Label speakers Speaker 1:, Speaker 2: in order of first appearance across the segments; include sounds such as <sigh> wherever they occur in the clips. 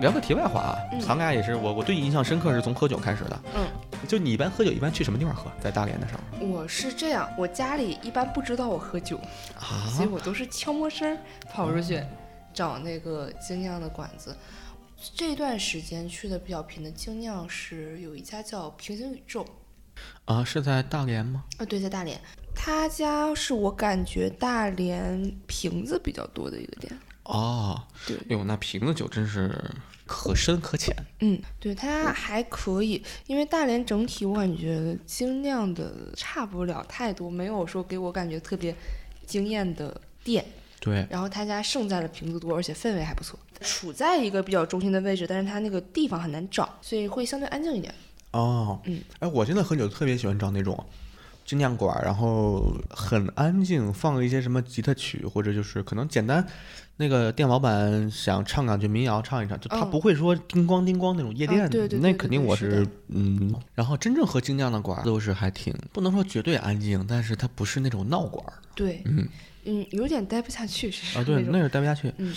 Speaker 1: 聊个题外话啊
Speaker 2: 嗯，
Speaker 1: 咱们俩也是我我对你印象深刻是从喝酒开始的。
Speaker 2: 嗯，
Speaker 1: 就你一般喝酒一般去什么地方喝？在大连的时候
Speaker 2: 我是这样，我家里一般不知道我喝酒，所以我都是悄摸声儿跑出去找那个精酿的馆子。这段时间去的比较频的精酿是有一家叫平行宇宙，
Speaker 1: 啊啊，是在大连吗？
Speaker 2: 啊，对，在大连，他家是我感觉大连瓶子比较多的一个店。
Speaker 1: 哦，
Speaker 2: 对
Speaker 1: 哟，那瓶子酒真是可深可浅。
Speaker 2: 嗯，对，它还可以，因为大连整体我感觉精酿的差不了太多，没有说给我感觉特别惊艳的店。
Speaker 1: 对，
Speaker 2: 然后他家胜在了瓶子多，而且氛围还不错，处在一个比较中心的位置，但是它那个地方很难找，所以会相对安静一点。
Speaker 1: 哦，
Speaker 2: 嗯，
Speaker 1: 哎，我真的喝酒特别喜欢找那种精酿馆儿，然后很安静，放一些什么吉他曲，或者就是可能简单，那个店老板想唱两句民谣唱一唱，就他
Speaker 2: 嗯
Speaker 1: 不会说叮咣叮咣那种夜
Speaker 2: 啊
Speaker 1: 店，
Speaker 2: 对对
Speaker 1: 那
Speaker 2: 对
Speaker 1: 肯
Speaker 2: 对
Speaker 1: 定
Speaker 2: 对
Speaker 1: 我
Speaker 2: 是
Speaker 1: 是
Speaker 2: 的
Speaker 1: 嗯。然后真正喝精酿的馆儿都是还挺不能说绝对安静，但是它不是那种闹馆儿
Speaker 2: 对，
Speaker 1: 嗯
Speaker 2: 嗯，有点待不下去，是
Speaker 1: 啊，对，
Speaker 2: 那种
Speaker 1: 那是待不下去。
Speaker 2: 嗯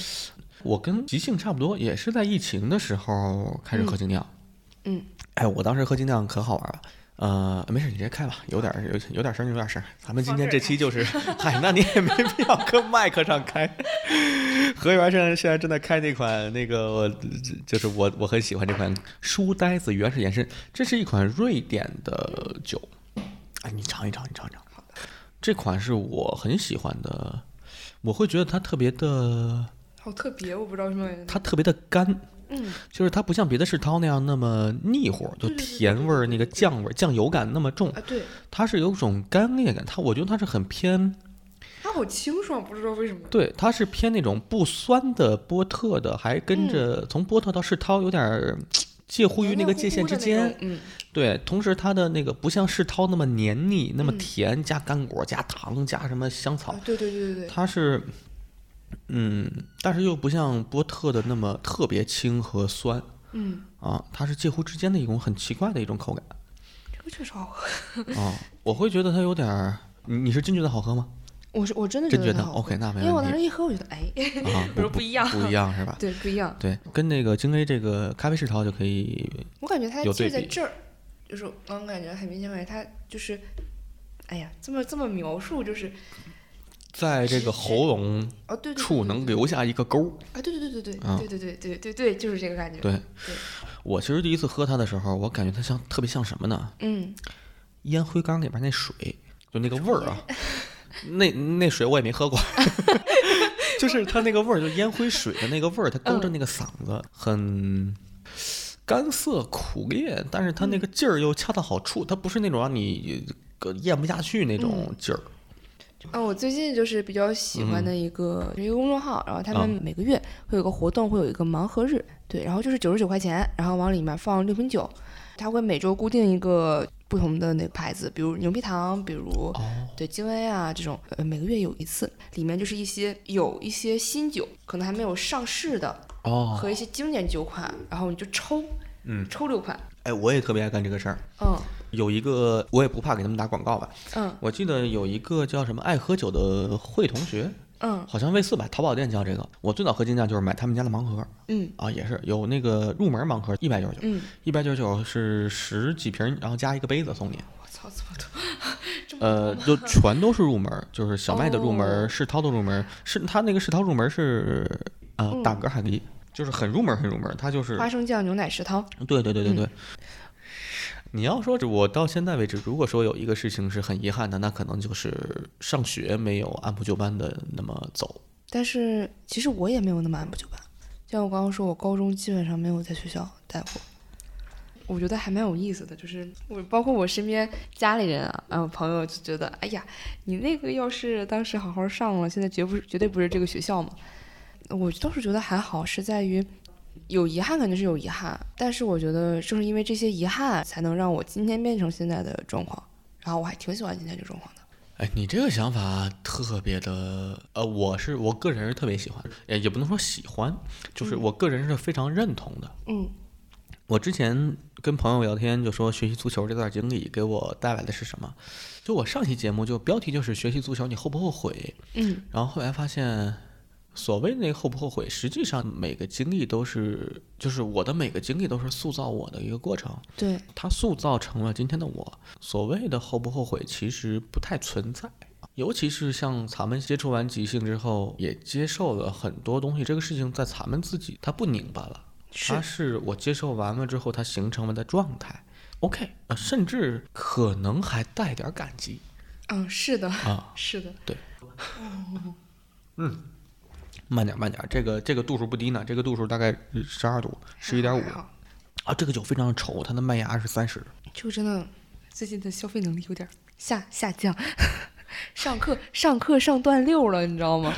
Speaker 1: 我跟即兴差不多，也是在疫情的时候开始喝精酿。
Speaker 2: 嗯，
Speaker 1: 哎，我当时喝精酿可好玩了。呃，没事，你直接开吧，有点儿有有点声儿就有点声儿。咱们今天这期就是，嗨，那你也没必要跟麦克上开。何源现在现在正在开那款那个，我就是我我很喜欢这款书呆子原始延伸，这是一款瑞典的酒。哎，你尝一尝，你尝一尝。
Speaker 2: 好的，
Speaker 1: 这款是我很喜欢的，我会觉得它特别的，
Speaker 2: 好特别，我不知道为什么。
Speaker 1: 它特别的干，
Speaker 2: 嗯，
Speaker 1: 就是它不像别的世涛那样那么腻乎，就
Speaker 2: 对对对
Speaker 1: 甜味儿、那个酱味儿、酱油感那么重，
Speaker 2: 啊，对，
Speaker 1: 它是有种干裂感。它我觉得它是很偏，
Speaker 2: 它好清爽，不知道为什么。
Speaker 1: 对，它是偏那种不酸的波特的，还跟
Speaker 2: 嗯
Speaker 1: 着从波特到世涛有点儿介乎于那个界限之间。
Speaker 2: 嗯，
Speaker 1: 对，同时它的那个不像世涛那么黏腻，那么
Speaker 2: 嗯
Speaker 1: 甜，加干果、加糖、加什么香草
Speaker 2: 啊，，对对对对对，
Speaker 1: 它是，嗯，但是又不像波特的那么特别轻和酸
Speaker 2: 嗯，
Speaker 1: 啊，它是介乎之间的一种很奇怪的一种口感
Speaker 2: 这个确实好喝。
Speaker 1: 啊，我会觉得它有点儿，你你是真觉得好喝吗？
Speaker 2: 我是我真的
Speaker 1: 真
Speaker 2: 觉
Speaker 1: 觉
Speaker 2: 得
Speaker 1: 得
Speaker 2: 它好喝
Speaker 1: OK，那没
Speaker 2: 因为我
Speaker 1: 问
Speaker 2: 当
Speaker 1: 题
Speaker 2: 时一喝，我觉得哎，
Speaker 1: 啊，
Speaker 2: 我说
Speaker 1: 不
Speaker 2: 不一样
Speaker 1: 不一样是吧？
Speaker 2: <laughs> 对，不一样。
Speaker 1: 对，跟那个京 A 这个咖啡世涛就可以，
Speaker 2: <laughs> 我感觉它
Speaker 1: 有
Speaker 2: 就
Speaker 1: 对
Speaker 2: 在
Speaker 1: 比
Speaker 2: 这儿，就是我感觉很明显，感觉它就是，哎呀，这么这么描述就是，
Speaker 1: 在这
Speaker 2: 直
Speaker 1: 个
Speaker 2: 接
Speaker 1: 喉咙
Speaker 2: 哦，对对对
Speaker 1: 处
Speaker 2: 对
Speaker 1: 能
Speaker 2: 对
Speaker 1: 留下一个沟儿。
Speaker 2: 啊，对对对对
Speaker 1: 啊
Speaker 2: 对对对对对对对，就是这个感觉。
Speaker 1: 对我其实第一次喝它的时候，我感觉它像特别像什么呢？
Speaker 2: 嗯，
Speaker 1: 烟灰缸里边那水，就那个味儿啊，那那水我也没喝过， <laughs> 就是它那个味儿，就烟灰水的那个味儿，它勾着那个嗓子，很干涩苦烈，但是它那个劲儿又恰到好处，它不是那种让你呃咽不下去那种劲儿。
Speaker 2: 啊，我最近就是比较喜欢
Speaker 1: 嗯
Speaker 2: 的一个、一个公众号，然后他
Speaker 1: 啊
Speaker 2: 们每个月会有个活动，会有一个盲盒日，对，然后就是九十九块钱，然后往里面放六瓶酒，它会每周固定一个不同的那个牌子，比如牛皮糖，比如
Speaker 1: 哦，
Speaker 2: 对金威啊这种，呃，每个月有一次，里面就是一些有一些新酒，可能还没有上市的
Speaker 1: 哦，
Speaker 2: 和一些经典酒款，然后你就抽，
Speaker 1: 嗯，
Speaker 2: 抽六款，
Speaker 1: 哎，我也特别爱干这个事儿。
Speaker 2: 嗯
Speaker 1: 有一个，我也不怕给他们打广告吧。
Speaker 2: 嗯
Speaker 1: 我记得有一个叫什么爱喝酒的会同学，
Speaker 2: 嗯
Speaker 1: 好像类似吧，淘宝店叫这个。我最早喝金酱就是买他们家的盲盒，
Speaker 2: 嗯
Speaker 1: 啊，也是有那个入门盲盒，一百九十九，
Speaker 2: 嗯，
Speaker 1: 一百九十九是十几瓶，然后加一个杯子送你。
Speaker 2: 我操，这么多，这么多
Speaker 1: 呃，就全都是入门，就是小麦的入门，
Speaker 2: 哦
Speaker 1: 世涛的入门，是他那个世涛入门是啊、呃，
Speaker 2: 嗯
Speaker 1: 打嗝海狸，就是很入门，很入门，他就是
Speaker 2: 花生酱牛奶食堂，
Speaker 1: 对对对对
Speaker 2: 嗯
Speaker 1: 对。你要说这，我到现在为止，如果说有一个事情是很遗憾的，那可能就是上学没有按部就班的那么走。
Speaker 2: 但是其实我也没有那么按部就班，就像我刚刚说，我高中基本上没有在学校待过。我觉得还蛮有意思的，就是我包括我身边家里人啊，然后朋友就觉得，哎呀，你那个要是当时好好上了，现在绝不是绝对不是这个学校嘛。我倒是觉得还好，是在于有遗憾肯定是有遗憾，但是我觉得正是因为这些遗憾，才能让我今天变成现在的状况。然后我还挺喜欢今天这状况的。
Speaker 1: 哎，你这个想法特别的，呃，我是我个人是特别喜欢，也也不能说喜欢，就是我个人是非常认同的。
Speaker 2: 嗯
Speaker 1: 我之前跟朋友聊天就说，学习足球这段经历给我带来的是什么？就我上期节目就标题就是学习足球你后不后悔？
Speaker 2: 嗯
Speaker 1: 然后后来发现，所谓那个后不后悔，实际上每个经历都是，就是我的每个经历都是塑造我的一个过程，
Speaker 2: 对，
Speaker 1: 它塑造成了今天的我。所谓的后不后悔，其实不太存在。尤其是像咱们接触完即兴之后，也接受了很多东西，这个事情在咱们自己它不拧巴了，它
Speaker 2: 是
Speaker 1: 是我接受完了之后它形成了的状态。OK，呃，甚至可能还带点感激
Speaker 2: 嗯，是的，
Speaker 1: 啊。
Speaker 2: 是的，
Speaker 1: 慢点，慢点，这个这个度数不低呢，这个度数大概十二度，十一点五
Speaker 2: 还好
Speaker 1: 啊。这个酒非常稠，它的麦芽是三十。
Speaker 2: 就真的最近的消费能力有点儿下下降， <laughs> 上课上课上断六了，你知道吗？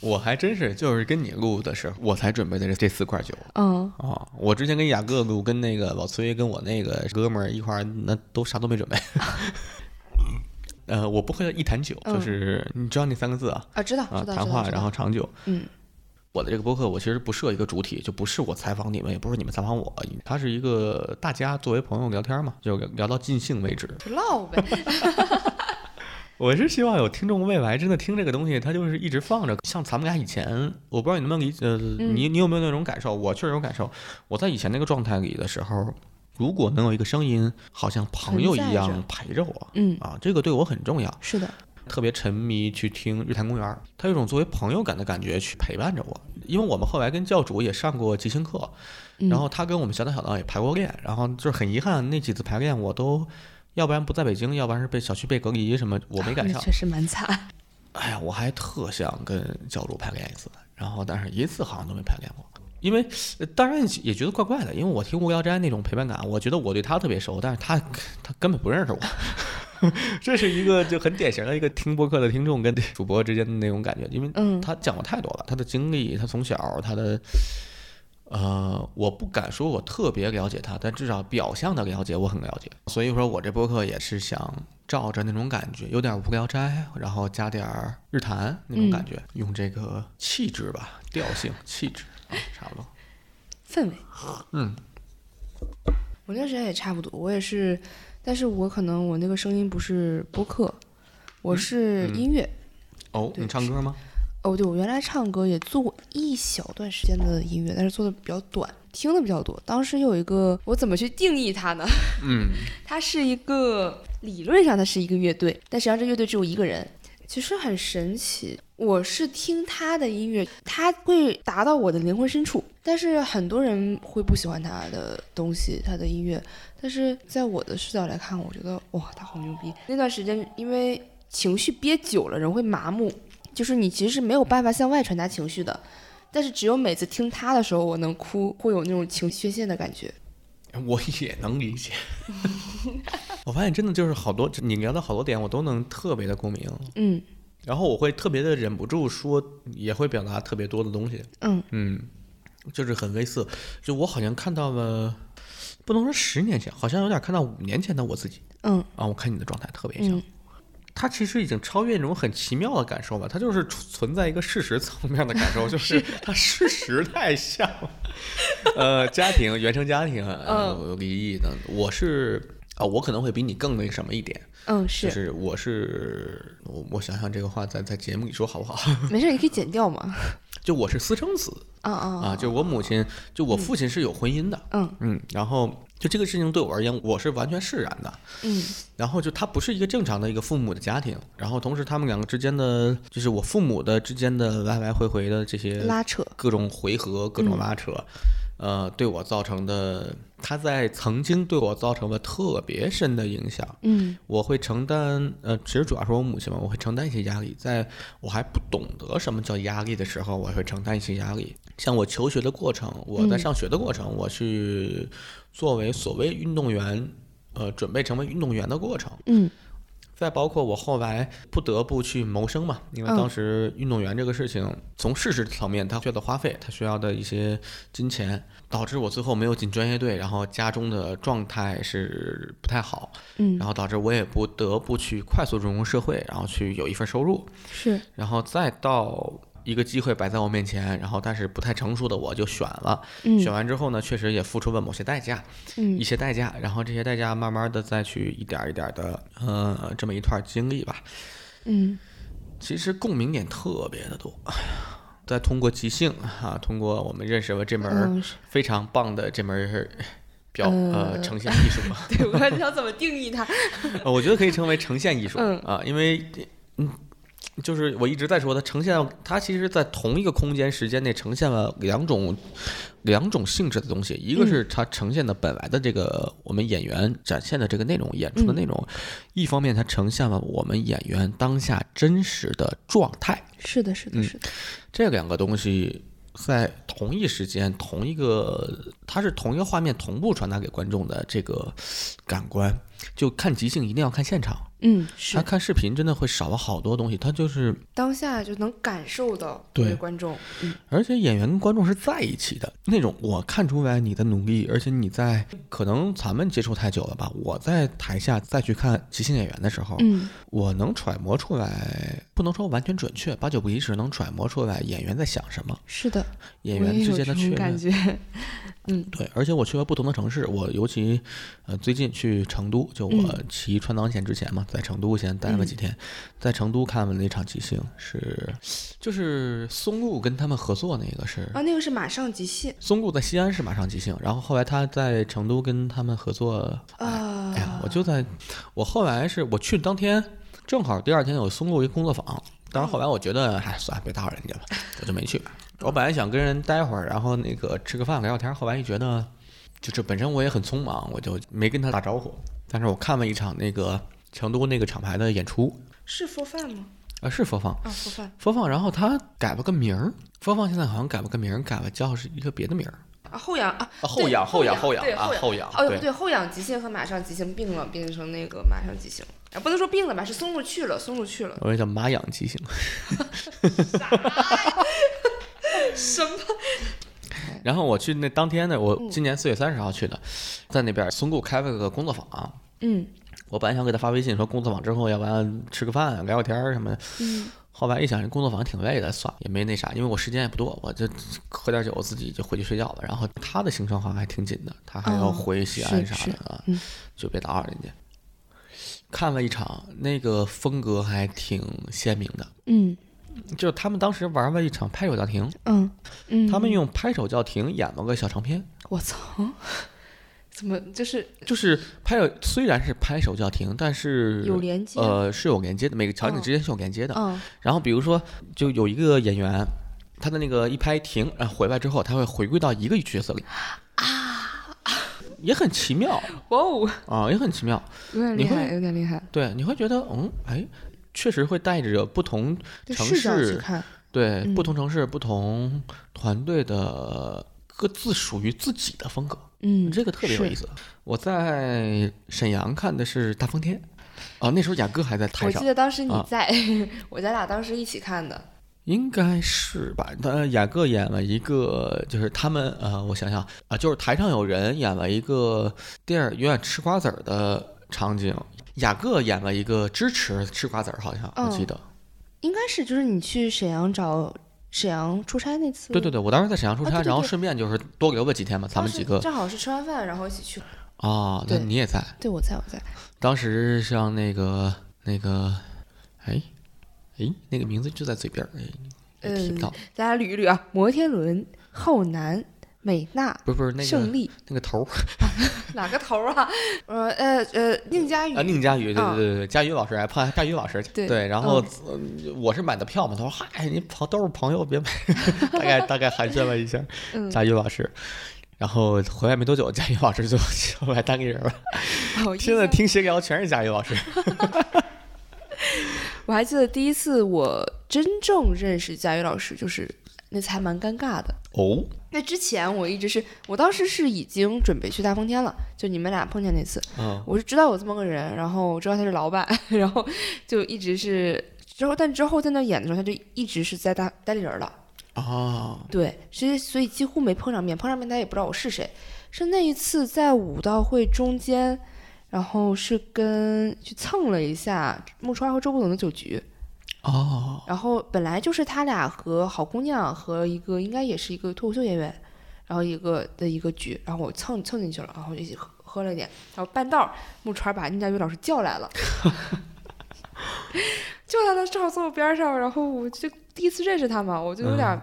Speaker 1: 我还真是就是跟你录的时候，我才准备的这这四块酒。
Speaker 2: 嗯，
Speaker 1: 啊、我之前跟雅各录，跟那个老崔，跟我那个哥们儿一块儿，那都啥都没准
Speaker 2: <laughs>
Speaker 1: 备。呃，我不会一坛酒，就
Speaker 2: 嗯
Speaker 1: 是你知道那三个字啊，
Speaker 2: 啊，知道
Speaker 1: 啊，
Speaker 2: 知道
Speaker 1: 谈
Speaker 2: 知道
Speaker 1: 话，
Speaker 2: 知
Speaker 1: 然
Speaker 2: 道
Speaker 1: 后长久。
Speaker 2: 嗯，
Speaker 1: <laughs> 我的这个播客，我其实不设一个主体，就不是我采访你们，也不是你们采访我，它是一个大家作为朋友聊天嘛，就聊到尽兴为止。
Speaker 2: 就唠呗。
Speaker 1: <laughs> 我是希望有听众未来真的听这个东西，它就是一直放着。像咱们俩以前，我不知道你能不能理解，呃，
Speaker 2: 嗯
Speaker 1: 你你有没有那种感受？我确实有感受。我在以前那个状态里的时候，如果能有一个声音，好像朋友一
Speaker 2: 存在
Speaker 1: 样陪着我，
Speaker 2: 嗯，
Speaker 1: 啊，这个对我很重要。
Speaker 2: 是的，
Speaker 1: 特别沉迷去听日坛公园，它有一种作为朋友感的感觉去陪伴着我。因为我们后来跟教主也上过即兴课，
Speaker 2: 嗯
Speaker 1: 然后他跟我们小岛小岛也排过练，然后就是很遗憾那几次排练我都。要不然不在北京，要不然是被小区被隔离什么，我没赶
Speaker 2: 那
Speaker 1: 上。
Speaker 2: 确实
Speaker 1: <laughs>
Speaker 2: 蛮惨。
Speaker 1: 哎呀，我还特想跟教主排练一次，然后但是一次好像都没排练过，因为呃当然也觉得怪怪的，因为我听无聊斋那种陪伴感，我觉得我对他特别熟，但是他他根本不认识我。这是一个就很典型的一个听播客的听众跟主播之间的那种感觉，因为
Speaker 2: 嗯
Speaker 1: 他讲过太多了，他的经历，他从小他的，呃，我不敢说我特别了解他，但至少表象的了解我很了解。所以说我这播客也是想照着那种感觉，有点无聊斋，然后加点儿日谈那
Speaker 2: 嗯
Speaker 1: 种感觉，用这个气质吧，调性、气质啊，差不多。
Speaker 2: 氛围，
Speaker 1: 嗯，
Speaker 2: 我那时间也差不多，我也是，但是我可能我那个声音不是播客，我
Speaker 1: 嗯
Speaker 2: 是音乐。
Speaker 1: 哦，
Speaker 2: 对
Speaker 1: 你唱歌吗？
Speaker 2: 哦，对，我原来唱歌也做过一小段时间的音乐，但是做的比较短，听的比较多。当时有一个，我怎么去定义它呢？
Speaker 1: 嗯，
Speaker 2: <laughs> 它是一个理论上它是一个乐队，但实际上这乐队只有一个人，其实很神奇。我是听他的音乐，他会达到我的灵魂深处，但是很多人会不喜欢他的东西，他的音乐。但是在我的视角来看，我觉得哇，他好牛逼。那段时间因为情绪憋久了，人会麻木，就是你其实是没有办法向外传达情绪的。但是只有每次听他的时候，我能哭，会有那种情绪宣泄的感觉。
Speaker 1: 我也能理
Speaker 2: <laughs>
Speaker 1: 解。我发现真的就是好多，你聊的好多点，我都能特别的共鸣，
Speaker 2: 嗯
Speaker 1: 然后我会特别的忍不住说，也会表达特别多的东西。
Speaker 2: 嗯，
Speaker 1: 嗯，就是很类似，就我好像看到了，不能说十年前，好像有点看到五年前的我自己
Speaker 2: 嗯
Speaker 1: 啊。我看你的状态特别像，
Speaker 2: 嗯，
Speaker 1: 它其实已经超越那种很奇妙的感受吧，它就是存存在一个事实层面的感受，
Speaker 2: <laughs>
Speaker 1: 就是它事实太像了。呃，家庭、原生家庭、
Speaker 2: 嗯
Speaker 1: 呃、离异等，我是啊、我可能会比你更那什么一点，
Speaker 2: 嗯，，
Speaker 1: 就是是我是我我想想这个话在在节目里说好不好？ <laughs>
Speaker 2: 没事儿，你可以剪掉嘛。
Speaker 1: 就我是私生子
Speaker 2: 啊啊
Speaker 1: 啊，就我母亲，就我父亲是有婚姻的，
Speaker 2: 嗯
Speaker 1: 嗯，然后就这个事情对我而言，我是完全释然的。
Speaker 2: 嗯
Speaker 1: 然后就他不是一个正常的一个父母的家庭，然后同时他们两个之间的，就是我父母的之间的来来回回的这些
Speaker 2: 拉扯，
Speaker 1: 各种回合、各种拉扯，呃，对我造成的，他在曾经对我造成了特别深的影响。
Speaker 2: 嗯
Speaker 1: 我会承担，呃，其实主要是我母亲嘛，我会承担一些压力。在我还不懂得什么叫压力的时候，我会承担一些压力。像我求学的过程，我
Speaker 2: 嗯
Speaker 1: 在上学的过程，我去作为所谓运动员，呃，准备成为运动员的过程，
Speaker 2: 嗯
Speaker 1: 再包括我后来不得不去谋生嘛，因为
Speaker 2: 嗯
Speaker 1: 当时运动员这个事情，从事实层面，它需要的花费，它需要的一些金钱，导致我最后没有进专业队，然后家中的状态是不太好。
Speaker 2: 嗯，
Speaker 1: 然后导致我也不得不去快速融入社会，然后去有一份收入，
Speaker 2: 是
Speaker 1: 然后再到一个机会摆在我面前，然后但是不太成熟的我就选了，
Speaker 2: 嗯
Speaker 1: 选完之后呢，确实也付出了某些代价，
Speaker 2: 嗯
Speaker 1: 一些代价，然后这些代价慢慢的再去一点儿一点的，呃，这么一段经历吧，
Speaker 2: 嗯
Speaker 1: 其实共鸣点特别的多。再通过即兴啊，通过我们认识了这门儿
Speaker 2: 嗯，是
Speaker 1: 非常棒的这门儿 <laughs> 表呃
Speaker 2: 呃
Speaker 1: 呈现艺术吧，
Speaker 2: 对，我不知道怎么定义它。
Speaker 1: 呃我觉得可以称为呈现艺术
Speaker 2: 嗯
Speaker 1: 啊，因为嗯，就是我一直在说它呈现，它其实在同一个空间时间内呈现了两种两种性质的东西，一个是它呈现的本来的这个我们演员展现的这个内容，演出的内容，一方面它呈现了我们演员当下真实的状态，
Speaker 2: 是的，
Speaker 1: 嗯
Speaker 2: 是的，是的，
Speaker 1: 这两个东西。在同一时间、同一个，它是同一个画面同步传达给观众的这个感官，就看即兴一定要看现场，
Speaker 2: 嗯，
Speaker 1: 他
Speaker 2: 是
Speaker 1: 看视频真的会少了好多东西，他就是，
Speaker 2: 当下就能感受到
Speaker 1: 对哦
Speaker 2: 各位观众，嗯，
Speaker 1: 而且演员跟观众是在一起的那种，我看出来你的努力，而且你在可能咱们接触太久了吧，我在台下再去看即兴演员的时候，
Speaker 2: 嗯，
Speaker 1: 我能揣摩出来，不能说完全准确，八九不离十，能揣摩出来演员在想什么，
Speaker 2: 是的，
Speaker 1: 演
Speaker 2: 我
Speaker 1: 员
Speaker 2: 也
Speaker 1: 之
Speaker 2: 有
Speaker 1: 间的
Speaker 2: 这
Speaker 1: 确
Speaker 2: 种感
Speaker 1: 认。
Speaker 2: 觉， <laughs> 嗯
Speaker 1: 对，而且我去了不同的城市，我尤其，呃，最近去成都，就我
Speaker 2: 嗯
Speaker 1: 骑川藏线之前嘛，在成都先待了
Speaker 2: 嗯
Speaker 1: 几天，在成都看了那场即兴，是就是松露跟他们合作那个是。
Speaker 2: 啊，那个是马上即兴
Speaker 1: 松露在西安是马上即兴，然后后来他在成都跟他们合作，
Speaker 2: 啊，
Speaker 1: 哎呀，我就在，我后来是我去当天，正好第二天有松露一工作坊，但是后来我觉得，哎，算了，别打扰人家了，我就没去。我本来想跟人待会儿，然后那个吃个饭聊聊天，后来一觉得，就是本身我也很匆忙，我就没跟他打招呼。但是我看了一场那个成都那个厂牌的演出，
Speaker 2: 是佛饭吗？
Speaker 1: 啊，是播放
Speaker 2: 啊，佛饭
Speaker 1: 播放，然后他改了个名儿，播放现在好像改了个名儿，改了叫是一个别的名儿，
Speaker 2: 啊，后仰啊，
Speaker 1: 啊
Speaker 2: 对后
Speaker 1: 仰
Speaker 2: 仰对
Speaker 1: 啊
Speaker 2: 后仰
Speaker 1: 后仰，，
Speaker 2: 哦，不对，后仰即兴和马上即兴并了，变成那个马上即兴。啊，不能说并了吧，是松露去了，松露去了
Speaker 1: 我也叫马养即兴。
Speaker 2: 什么？嗯
Speaker 1: 然后我去那当天呢，我今年四月三十号去的，在那边松固开了个工作坊。啊
Speaker 2: 嗯
Speaker 1: 我本来想给他发微信说工作坊之后，要不然吃个饭聊聊天儿什么的。
Speaker 2: 嗯
Speaker 1: 后来一想，这工作坊挺累的，算了也没那啥，因为我时间也不多，我就喝点酒，我自己就回去睡觉了。然后他的行程好像还挺紧的，他还要
Speaker 2: 哦
Speaker 1: 回西
Speaker 2: 是
Speaker 1: 安啥的啊，
Speaker 2: 嗯
Speaker 1: 就别打扰人家。看了一场，那个风格还挺鲜明的，
Speaker 2: 嗯
Speaker 1: 就是他们当时玩了一场拍手叫停，
Speaker 2: 嗯嗯，
Speaker 1: 他们用拍手叫停演了个小长片。
Speaker 2: 我操，怎么就是
Speaker 1: 就是拍手，虽然是拍手叫停，但是
Speaker 2: 有连接？
Speaker 1: 呃是有连接的，每个场景
Speaker 2: 嗯
Speaker 1: 之间是有连接的。
Speaker 2: 嗯
Speaker 1: 然后比如说，就有一个演员，他的那个一拍停，然后回来之后，他会回归到一个角色里啊，也很奇妙
Speaker 2: 哇哦，
Speaker 1: 啊，也很奇妙。
Speaker 2: 有点
Speaker 1: 你
Speaker 2: 厉
Speaker 1: 会
Speaker 2: 害，有点厉害，
Speaker 1: 对，你会觉得嗯，哎，确实会带着不同
Speaker 2: 对
Speaker 1: 城
Speaker 2: 视角去
Speaker 1: 市
Speaker 2: 看，
Speaker 1: 对、
Speaker 2: 嗯
Speaker 1: 不同城市、不同团队的各自属于自己的风格。
Speaker 2: 嗯，
Speaker 1: 这个特别有
Speaker 2: 是
Speaker 1: 意思。我在沈阳看的是大风天，啊，那时候雅哥还在台
Speaker 2: 我
Speaker 1: 上
Speaker 2: 记，得当时你
Speaker 1: 啊
Speaker 2: 在， <laughs> 我咱俩当时一起看的，
Speaker 1: 应该是吧？他雅各演了一个，就是他们呃，我想想啊，就是台上有人演了一个电影院吃瓜子儿的场景，雅各演了一个支持吃瓜子儿，好像我记
Speaker 2: 嗯
Speaker 1: 得。
Speaker 2: 应该是就是你去沈阳找沈阳出差那次，
Speaker 1: 对对对，我当时在沈阳出
Speaker 2: 啊
Speaker 1: 差，
Speaker 2: 对对
Speaker 1: 然后
Speaker 2: 对
Speaker 1: 顺便就是多留了几天嘛，咱
Speaker 2: 当
Speaker 1: 们
Speaker 2: 时
Speaker 1: 几个
Speaker 2: 正好是吃完饭然后一起去，
Speaker 1: 啊，那
Speaker 2: 对
Speaker 1: 你也在。
Speaker 2: 对我在我在，
Speaker 1: 当时像那个那个，哎哎，那个名字就在嘴边儿，哎，提不
Speaker 2: 嗯
Speaker 1: 到，
Speaker 2: 大家捋一捋啊，摩天轮、浩南、美娜、
Speaker 1: 不是不是那
Speaker 2: 胜
Speaker 1: 个 <laughs>
Speaker 2: 利，
Speaker 1: 那个头儿
Speaker 2: 哪个头儿啊？呃呃呃，宁佳宇
Speaker 1: 啊，宁佳宇，对对
Speaker 2: 啊
Speaker 1: 对对，佳宇老师还怕佳宇老师
Speaker 2: 对嗯
Speaker 1: 然后呃我是买的票嘛，他说嗨，你朋都是朋友，别买， <laughs> 大概大概寒暄了一下
Speaker 2: 嗯
Speaker 1: 佳宇老师。然后回来没多久，佳宇老师就 <laughs> 就来单立人了。
Speaker 2: 哦印
Speaker 1: 现在
Speaker 2: 象
Speaker 1: 听闲聊全是佳宇
Speaker 2: <laughs>
Speaker 1: 老师。
Speaker 2: 我还记得第一次我真正认识佳宇老师，就是那次还蛮尴尬的。
Speaker 1: 哦，
Speaker 2: 那之前我一直是，我当时是已经准备去大风天了，就你们俩碰见那次，
Speaker 1: 嗯，
Speaker 2: 我是知道有这么个人，然后我知道他是老板， <laughs> 然后就一直是之后，但之后在那演的时候，他就一直是在大单立人了，
Speaker 1: 哦，
Speaker 2: 对，所以所以几乎没碰上面，碰上面他也不知道我是谁，是那一次在武道会中间，然后是跟去蹭了一下木川和周不等的酒局，
Speaker 1: 哦，
Speaker 2: 然后本来就是他俩和好姑娘和一个应该也是一个脱口秀演员，然后一个的一个局，然后我蹭蹭进去了，然后就一起喝喝了一点，然后半道儿木川把宁佳宇老师叫来了，叫来了正好坐我边儿上，然后我就第一次认识他嘛，我就有点儿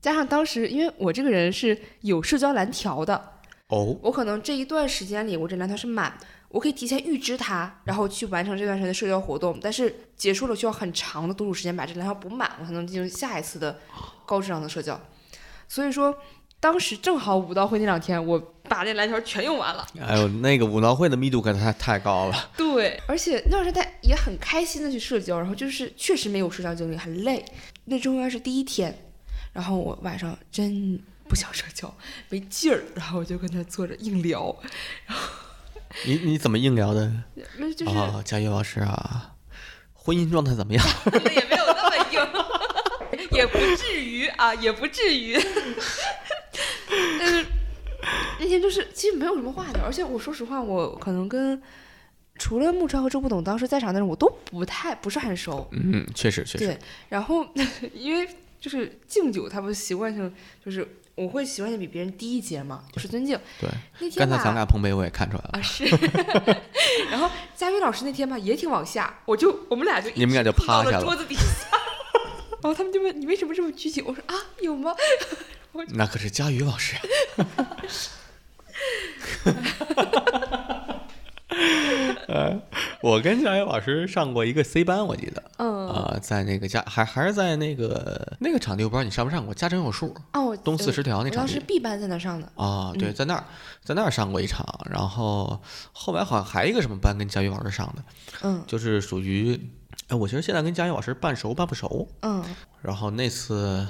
Speaker 2: 加上当时因为我这个人是有社交蓝条的，
Speaker 1: 哦，
Speaker 2: 我可能这一段时间里我这蓝条是满，我可以提前预知它，然后去完成这段时间的社交活动，但是结束了需要很长的独处时间把这蓝条补满，我才能进行下一次的高质量的社交。所以说，当时正好舞蹈会那两天，我把这蓝条全用完了。
Speaker 1: 哎呦，那个舞蹈会的密度可太太高
Speaker 2: <laughs>
Speaker 1: 了，
Speaker 2: 对，而且那段时间也很开心的去社交，然后就是确实没有社交经历，很累。那终于是第一天，然后我晚上真不想社交，没劲儿，然后我就跟他坐着硬聊，
Speaker 1: 你你怎么硬聊的？
Speaker 2: 那就是
Speaker 1: 啊，佳玉老师啊，婚姻状态怎么
Speaker 2: <laughs>
Speaker 1: 样？
Speaker 2: 也没有那么硬， <laughs> 也不至于啊，也不至于。但是那天就是其实没有什么话聊，而且我说实话，我可能跟除了穆超和周不懂当时在场的人，我都不太不是很熟。
Speaker 1: 嗯，确实确实，
Speaker 2: 对，然后因为就是敬酒，他不习惯性就是我会习惯性比别人低一阶嘛，就是尊敬。
Speaker 1: 对。
Speaker 2: 那天
Speaker 1: 刚才
Speaker 2: 吧
Speaker 1: 咱俩碰杯，我也看出来了，
Speaker 2: 啊是， <laughs> 然后佳宇老师那天吧也挺往下，我就我们俩就一
Speaker 1: 你们俩
Speaker 2: 直
Speaker 1: 就
Speaker 2: 碰到
Speaker 1: 趴下了
Speaker 2: 了桌子底下， <laughs> 然后他们就问你为什么这么拘谨，我说啊有吗？
Speaker 1: <laughs> 那可是佳宇老 <laughs> 师。呃，我跟佳宇老师上过一个 C 班，我记得
Speaker 2: 嗯
Speaker 1: 啊、在那个家还还是在那个那个场地，我不知道你上不上过，家长有数
Speaker 2: 啊我
Speaker 1: 东四十条那
Speaker 2: 我
Speaker 1: 场
Speaker 2: 当
Speaker 1: 地
Speaker 2: 时 B 班在那上的，
Speaker 1: 啊，对，在那儿在那儿上过一场，然后后来好像还有一个什么班跟佳宇老师上的，
Speaker 2: 嗯
Speaker 1: 就是属于，哎，我其实现在跟佳宇老师半熟半不熟，
Speaker 2: 嗯
Speaker 1: 然后那次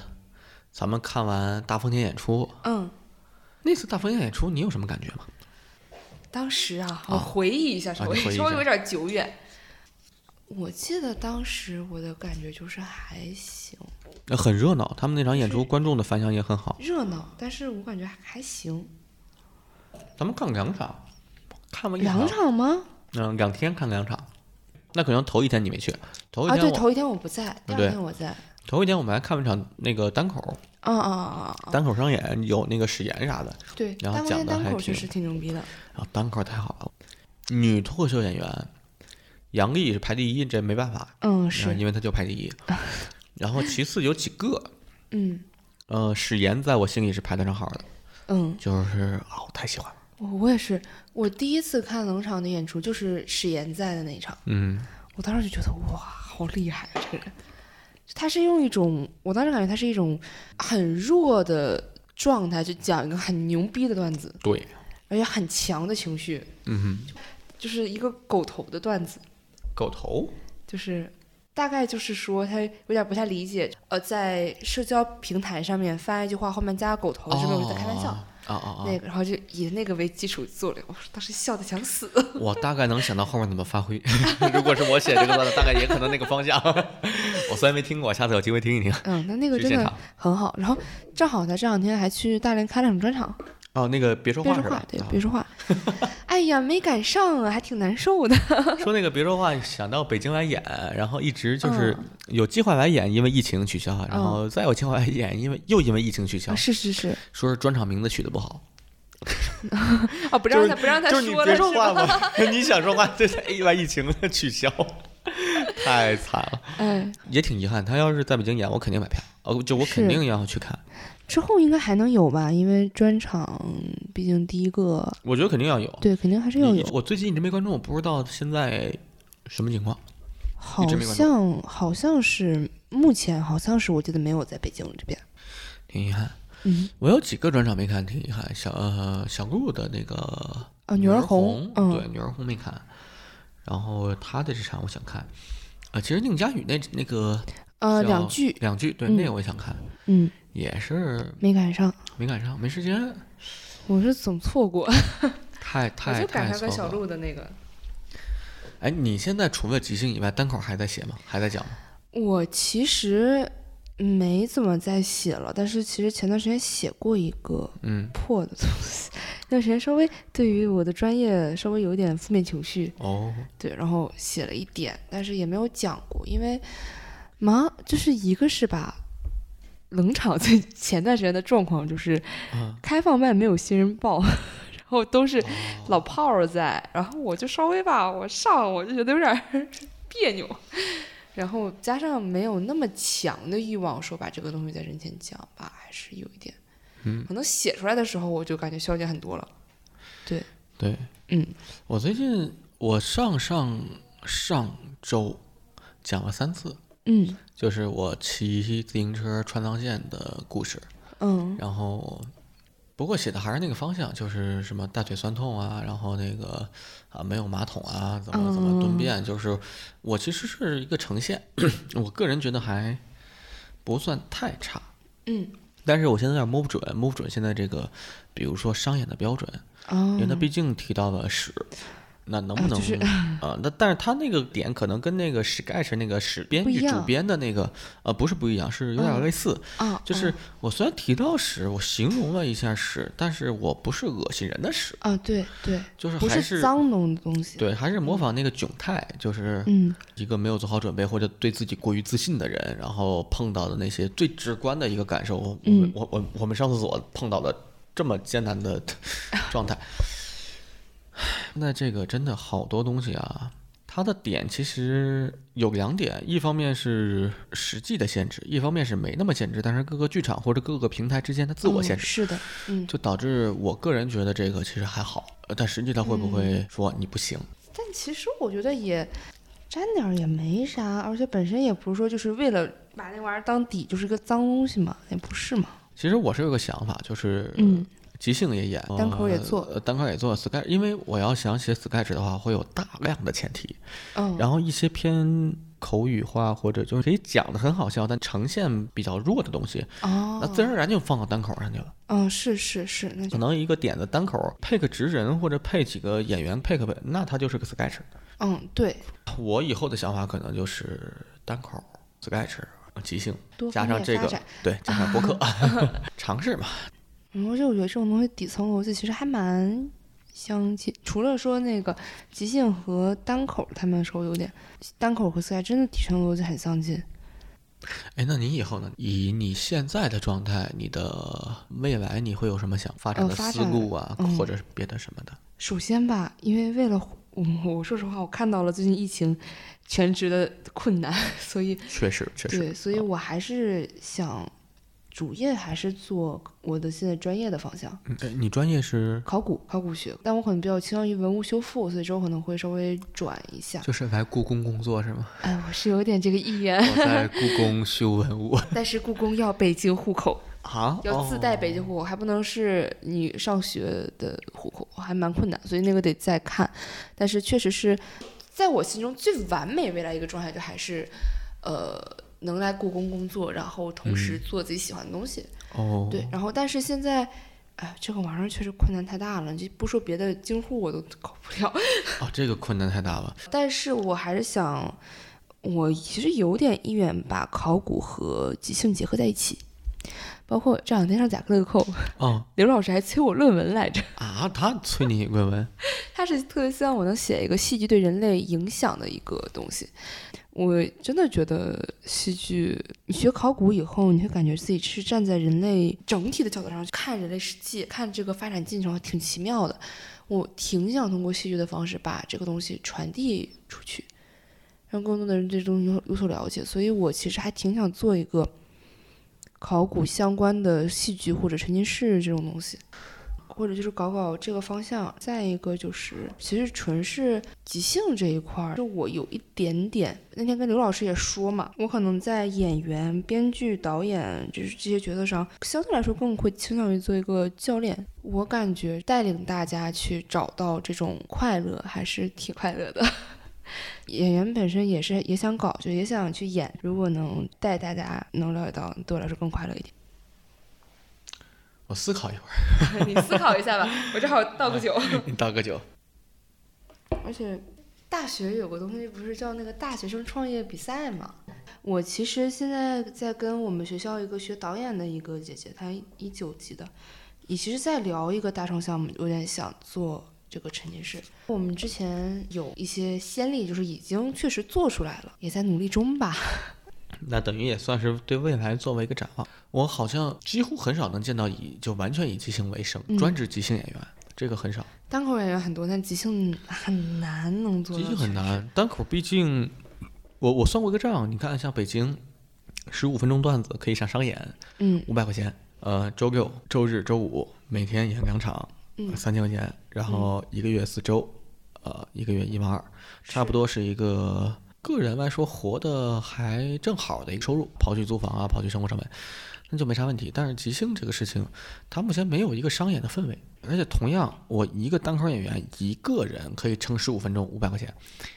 Speaker 1: 咱们看完大风天演出，
Speaker 2: 嗯。
Speaker 1: 那次大风天演出你有什么感觉吗？
Speaker 2: 当时啊，
Speaker 1: 啊
Speaker 2: 我回忆一下，稍
Speaker 1: 你
Speaker 2: 微
Speaker 1: 回忆一
Speaker 2: 稍微
Speaker 1: 下
Speaker 2: 有点久远。我记得当时我的感觉就是还行，
Speaker 1: 呃很热闹，他们那场演出
Speaker 2: 是
Speaker 1: 观众的反响也很好。
Speaker 2: 热闹，但是我感觉还还行。
Speaker 1: 咱们看两场，看完一
Speaker 2: 两
Speaker 1: 场，
Speaker 2: 场吗？
Speaker 1: 嗯，两天看两场。那可能头一天你没去，头一
Speaker 2: 啊，
Speaker 1: 天
Speaker 2: 对，
Speaker 1: 我、
Speaker 2: 头一天我不在，第
Speaker 1: 对
Speaker 2: 二天我在。
Speaker 1: 头一天我们还看了一场那个单口，
Speaker 2: 啊啊啊啊！
Speaker 1: 单口商演有那个史岩啥的，
Speaker 2: 对，
Speaker 1: 然后
Speaker 2: 单
Speaker 1: 讲
Speaker 2: 天
Speaker 1: 得
Speaker 2: 单
Speaker 1: 还
Speaker 2: 口确
Speaker 1: 挺
Speaker 2: 实挺牛逼的。
Speaker 1: 然后单口太好了。女脱口秀演员杨笠是排第一，这没办法，
Speaker 2: 嗯，是，
Speaker 1: 因为她就排第
Speaker 2: <laughs>
Speaker 1: 一。然后其次有几个，
Speaker 2: 嗯
Speaker 1: 呃，史岩在我心里是排得上号的，
Speaker 2: 嗯，
Speaker 1: 就是啊，我太喜欢了。
Speaker 2: 我我也是，我第一次看冷场的演出就是史岩在的那一场，
Speaker 1: 嗯，
Speaker 2: 我当时就觉得哇，好厉害啊，这个人！他是用一种，我当时感觉他是一种很弱的状态，就讲一个很牛逼的段子，
Speaker 1: 对，
Speaker 2: 而且很强的情绪，
Speaker 1: 嗯
Speaker 2: 就是一个狗头的段子。
Speaker 1: 哼，狗头，
Speaker 2: 就是大概就是说他有点不太理解，呃，在社交平台上面发一句话后面加个狗头，这边我就在开玩笑，
Speaker 1: 哦哦哦
Speaker 2: 那个然后就以那个为基础做了，我说当时笑的想死。
Speaker 1: 哦，我大概能想到后面怎么发挥。 <laughs> 如果是我写这个段子，大概也可能那个方向。 <laughs> 我虽然没听过，下次有机会听一听。
Speaker 2: 嗯，那那个
Speaker 1: 去
Speaker 2: 真
Speaker 1: 现
Speaker 2: 的
Speaker 1: 场
Speaker 2: 很好。然后正好他这两天还去大连开了什么专场，
Speaker 1: 哦，那个别说
Speaker 2: 别
Speaker 1: 话
Speaker 2: 说
Speaker 1: 是
Speaker 2: 话
Speaker 1: 吧，？
Speaker 2: 对
Speaker 1: 啊，
Speaker 2: 别说话。
Speaker 1: <laughs>
Speaker 2: 哎呀，没赶上啊，还挺难受的。
Speaker 1: 说那个别说话，想到北京来演，然后一直就是
Speaker 2: 嗯
Speaker 1: 有计划来演，因为疫情取消，啊然后再有计划来演，因为又因为疫情取消。
Speaker 2: <laughs> 啊是是是，
Speaker 1: 说是专场名字取得不好，
Speaker 2: 啊，不
Speaker 1: 就
Speaker 2: 让
Speaker 1: 是
Speaker 2: 他不让他
Speaker 1: 就是你
Speaker 2: 说
Speaker 1: 别
Speaker 2: 了，
Speaker 1: 说
Speaker 2: 是
Speaker 1: 话
Speaker 2: 吧？
Speaker 1: <laughs>
Speaker 2: <laughs>
Speaker 1: 嘛，你想说话，这是因为疫情取消， <laughs> 太惨了，
Speaker 2: 哎，
Speaker 1: 也挺遗憾。他要是在北京演，我肯定买票，哦，就我肯
Speaker 2: 是
Speaker 1: 定要去看，
Speaker 2: 之后应该还能有吧？因为专场毕竟第一个，
Speaker 1: 我觉得肯定要有。
Speaker 2: 对，肯定还是要
Speaker 1: 你
Speaker 2: 有。
Speaker 1: 我最近一直没关注，我不知道现在什么情况。
Speaker 2: 好
Speaker 1: 直没关注
Speaker 2: 像好像是目前好像是我记得没有在北京这边。
Speaker 1: 挺遗憾。
Speaker 2: 嗯，
Speaker 1: 我有几个专场没看，挺遗憾。小呃小鹿的那个
Speaker 2: 啊女
Speaker 1: 女
Speaker 2: 儿
Speaker 1: 儿
Speaker 2: 红嗯
Speaker 1: 对女儿红没看。然后他的这场我想看，啊，其实宁佳宇那那个
Speaker 2: 呃，
Speaker 1: 叫
Speaker 2: 两句，
Speaker 1: 两句，对、
Speaker 2: 嗯
Speaker 1: 那个我也想看，
Speaker 2: 嗯，
Speaker 1: 也是
Speaker 2: 没赶上，
Speaker 1: 没赶上，没时间，
Speaker 2: 我是总错过，
Speaker 1: 太
Speaker 2: <laughs>
Speaker 1: 太太凑合了。
Speaker 2: 鹿的那个。
Speaker 1: 哎，你现在除了即兴以外，单口还在写吗？还在讲吗？
Speaker 2: 我其实没怎么在写了，但是其实前段时间写过一个
Speaker 1: 嗯，
Speaker 2: 破的东西， <laughs> 那段时间稍微对于我的专业稍微有一点负面情绪，
Speaker 1: 哦，
Speaker 2: 对，然后写了一点，但是也没有讲过，因为忙就是一个是吧，冷场最 <laughs> 前段时间的状况就是
Speaker 1: 啊，
Speaker 2: 开放麦没有新人报， <laughs> 然后都是
Speaker 1: 哦
Speaker 2: 老炮儿在，然后我就稍微吧，我上我就觉得有点儿 <laughs> 别扭，然后加上没有那么强的欲望说把这个东西在人前讲吧，还还是有一点，
Speaker 1: 嗯，
Speaker 2: 可能写出来的时候我就感觉消减很多了。对，
Speaker 1: 对，
Speaker 2: 嗯，
Speaker 1: 我最近我上上上周讲了三次，
Speaker 2: 嗯
Speaker 1: 就是我骑自行车穿脏线的故事，
Speaker 2: 嗯
Speaker 1: 然后不过写的还是那个方向，就是什么大腿酸痛啊，然后那个啊没有马桶啊，怎么怎么
Speaker 2: 嗯
Speaker 1: 蹲便，就是我其实是一个呈现， <clears throat> 我个人觉得还不算太差，
Speaker 2: 嗯，
Speaker 1: 但是我现在有点摸不准，摸不准现在这个，比如说商演的标准，
Speaker 2: 哦
Speaker 1: 因为它毕竟提到了屎，那能不
Speaker 2: 啊
Speaker 1: 能
Speaker 2: 就是
Speaker 1: 呃那但是它那个点可能跟那个史盖是那个史编
Speaker 2: 不一
Speaker 1: 剧主
Speaker 2: 样
Speaker 1: 编的那个呃不是不一样，是有点类似。
Speaker 2: 啊，
Speaker 1: 就是我虽然提到屎，我形容了一下屎，但是我不是恶心人的屎，
Speaker 2: 啊，对对，
Speaker 1: 就是
Speaker 2: 不
Speaker 1: 还
Speaker 2: 脏嗯东东西。，
Speaker 1: 对，还是模仿那个窘态，就是
Speaker 2: 嗯
Speaker 1: 一个没有做好准备或者对自己过于自信的人，然后碰到的那些最直观的一个感受。我
Speaker 2: 嗯
Speaker 1: 我我我们上厕所碰到的这么艰难的 <laughs> 状态，那这个真的好多东西啊。它的点其实有两点，一方面是实际的限制，一方面是没那么限制，但是各个剧场或者各个平台之间的自我
Speaker 2: 嗯
Speaker 1: 限制，
Speaker 2: 是的，嗯，
Speaker 1: 就导致我个人觉得这个其实还好，呃但实际它会
Speaker 2: 嗯
Speaker 1: 不会说你不行？
Speaker 2: 但其实我觉得也沾点儿也没啥，而且本身也不是说就是为了把那玩意儿当底，就是个脏东西嘛，也不是嘛。
Speaker 1: 其实我是有个想法，就是
Speaker 2: 嗯
Speaker 1: 即兴也演，
Speaker 2: 单口也做
Speaker 1: 呃，呃单口也做 sketch，因为我要想写 sketch 的话，会有大量的前提，
Speaker 2: 嗯
Speaker 1: 然后一些偏口语化或者就是可以讲的很好笑，但呈现比较弱的东西，
Speaker 2: 哦，
Speaker 1: 那自然而然就放到单口上去了。
Speaker 2: 嗯是是是，那
Speaker 1: 可
Speaker 2: 就
Speaker 1: 能一个点子单口配个直人或者配几个演员配个本，那它就是个 sketch。
Speaker 2: 嗯对，
Speaker 1: 我以后的想法可能就是单口 sketch 即兴，
Speaker 2: 多
Speaker 1: 加
Speaker 2: 方
Speaker 1: 上
Speaker 2: 面
Speaker 1: 这
Speaker 2: 发
Speaker 1: 个
Speaker 2: 展
Speaker 1: 对，加上博
Speaker 2: <laughs>
Speaker 1: 客，尝试嘛。
Speaker 2: 然后就嗯我觉得这种东西底层逻辑其实还蛮相近，除了说那个即兴和单口他们稍微有点，单口和 sketch 真的底层逻辑很相近。
Speaker 1: 哎，那你以后呢？以你现在的状态，你的未来你会有什么想发展
Speaker 2: 呃
Speaker 1: 的
Speaker 2: 发
Speaker 1: 思
Speaker 2: 展
Speaker 1: 路啊，
Speaker 2: 嗯
Speaker 1: 或者是别的什么的？
Speaker 2: 首先吧，因为为了 <laughs> 我，我说实话，我看到了最近疫情全职的困难， <laughs> 所以
Speaker 1: 确实，确实，嗯
Speaker 2: 对，所以我还是想主业还是做我的现在专业的方向，
Speaker 1: 嗯哎你专业是
Speaker 2: 考古考古学，但我可能比较倾向于文物修复，所以之后可能会稍微转一下。
Speaker 1: 就是来故宫工作是
Speaker 2: <laughs>
Speaker 1: 吗？
Speaker 2: 哎，我是有点这个意愿， <laughs>
Speaker 1: 我在故宫修文物
Speaker 2: 但是故宫要北京户口，
Speaker 1: 啊，
Speaker 2: 要自带北
Speaker 1: 哦
Speaker 2: 京户口，还不能是你上学的户口，还蛮困难，所以那个得再看。但是确实是在我心中最完美未来一个状态，就还是呃能来故宫工作，然后同时做自己喜欢的东西。
Speaker 1: 哦，
Speaker 2: 对，，然后但是现在。哎，这个玩意儿确实困难太大了，就不说别的，京沪我都搞不了。 <laughs>
Speaker 1: 哦，这个困难太大了。
Speaker 2: 但是我还是想，我其实有点意愿把考古和即兴结合在一起，包括这两天上贾克勒克扣，
Speaker 1: 哦
Speaker 2: 刘老师还催我论文来着，
Speaker 1: 啊，他催你论文，
Speaker 2: <laughs> 他是特别希望我能写一个戏剧对人类影响的一个东西。我真的觉得戏剧，你学考古以后，你会感觉自己是站在人类整体的角度上去看人类世界，看这个发展进程，挺奇妙的。我挺想通过戏剧的方式把这个东西传递出去，让更多的人对这东西有有所了解。所以我其实还挺想做一个考古相关的戏剧或者沉浸式这种东西。或者就是搞搞这个方向。再一个就是，其实纯是即兴这一块儿，就我有一点点，那天跟刘老师也说嘛，我可能在演员、编剧、导演，就是这些角色上，相对来说更会倾向于做一个教练。我感觉带领大家去找到这种快乐，还是挺快乐的。 <laughs> 演员本身也是也想搞，就也想去演。如果能带大家能了解到，对我来说更快乐一点。
Speaker 1: 我思考一会儿，
Speaker 2: <laughs> 你思考一下吧，我正好倒个酒。
Speaker 1: 你倒个酒。
Speaker 2: 而且大学有个东西不是叫那个大学生创业比赛吗？我其实现在在跟我们学校一个学导演的一个姐姐，她一九级的，也其实在聊一个大众项目，有点想做这个沉浸式。我们之前有一些先例，就是已经确实做出来了，也在努力中吧。
Speaker 1: 那等于也算是对未来作为一个展望。我好像几乎很少能见到以就完全以即兴为生、
Speaker 2: 嗯
Speaker 1: 专职即兴演员，这个很少。
Speaker 2: 单口演员很多，但即兴很难能做到
Speaker 1: 即
Speaker 2: 全
Speaker 1: 兴很
Speaker 2: 职。
Speaker 1: 难，单口毕竟，我我算过一个账，你看像北京，十五分钟段子可以上商演
Speaker 2: 嗯，
Speaker 1: 五百块钱，呃，周六、周日、周五每天演两场，
Speaker 2: 嗯
Speaker 1: 三千块钱，然后一个月四周，呃，一个月一万二，差不多是一个个人来说活得还正好的一个收入，刨去租房啊，刨去生活成本，那就没啥问题。但是即兴这个事情，它目前没有一个商演的氛围，而且同样，我一个单口演员一个人可以撑十五分钟五百块钱，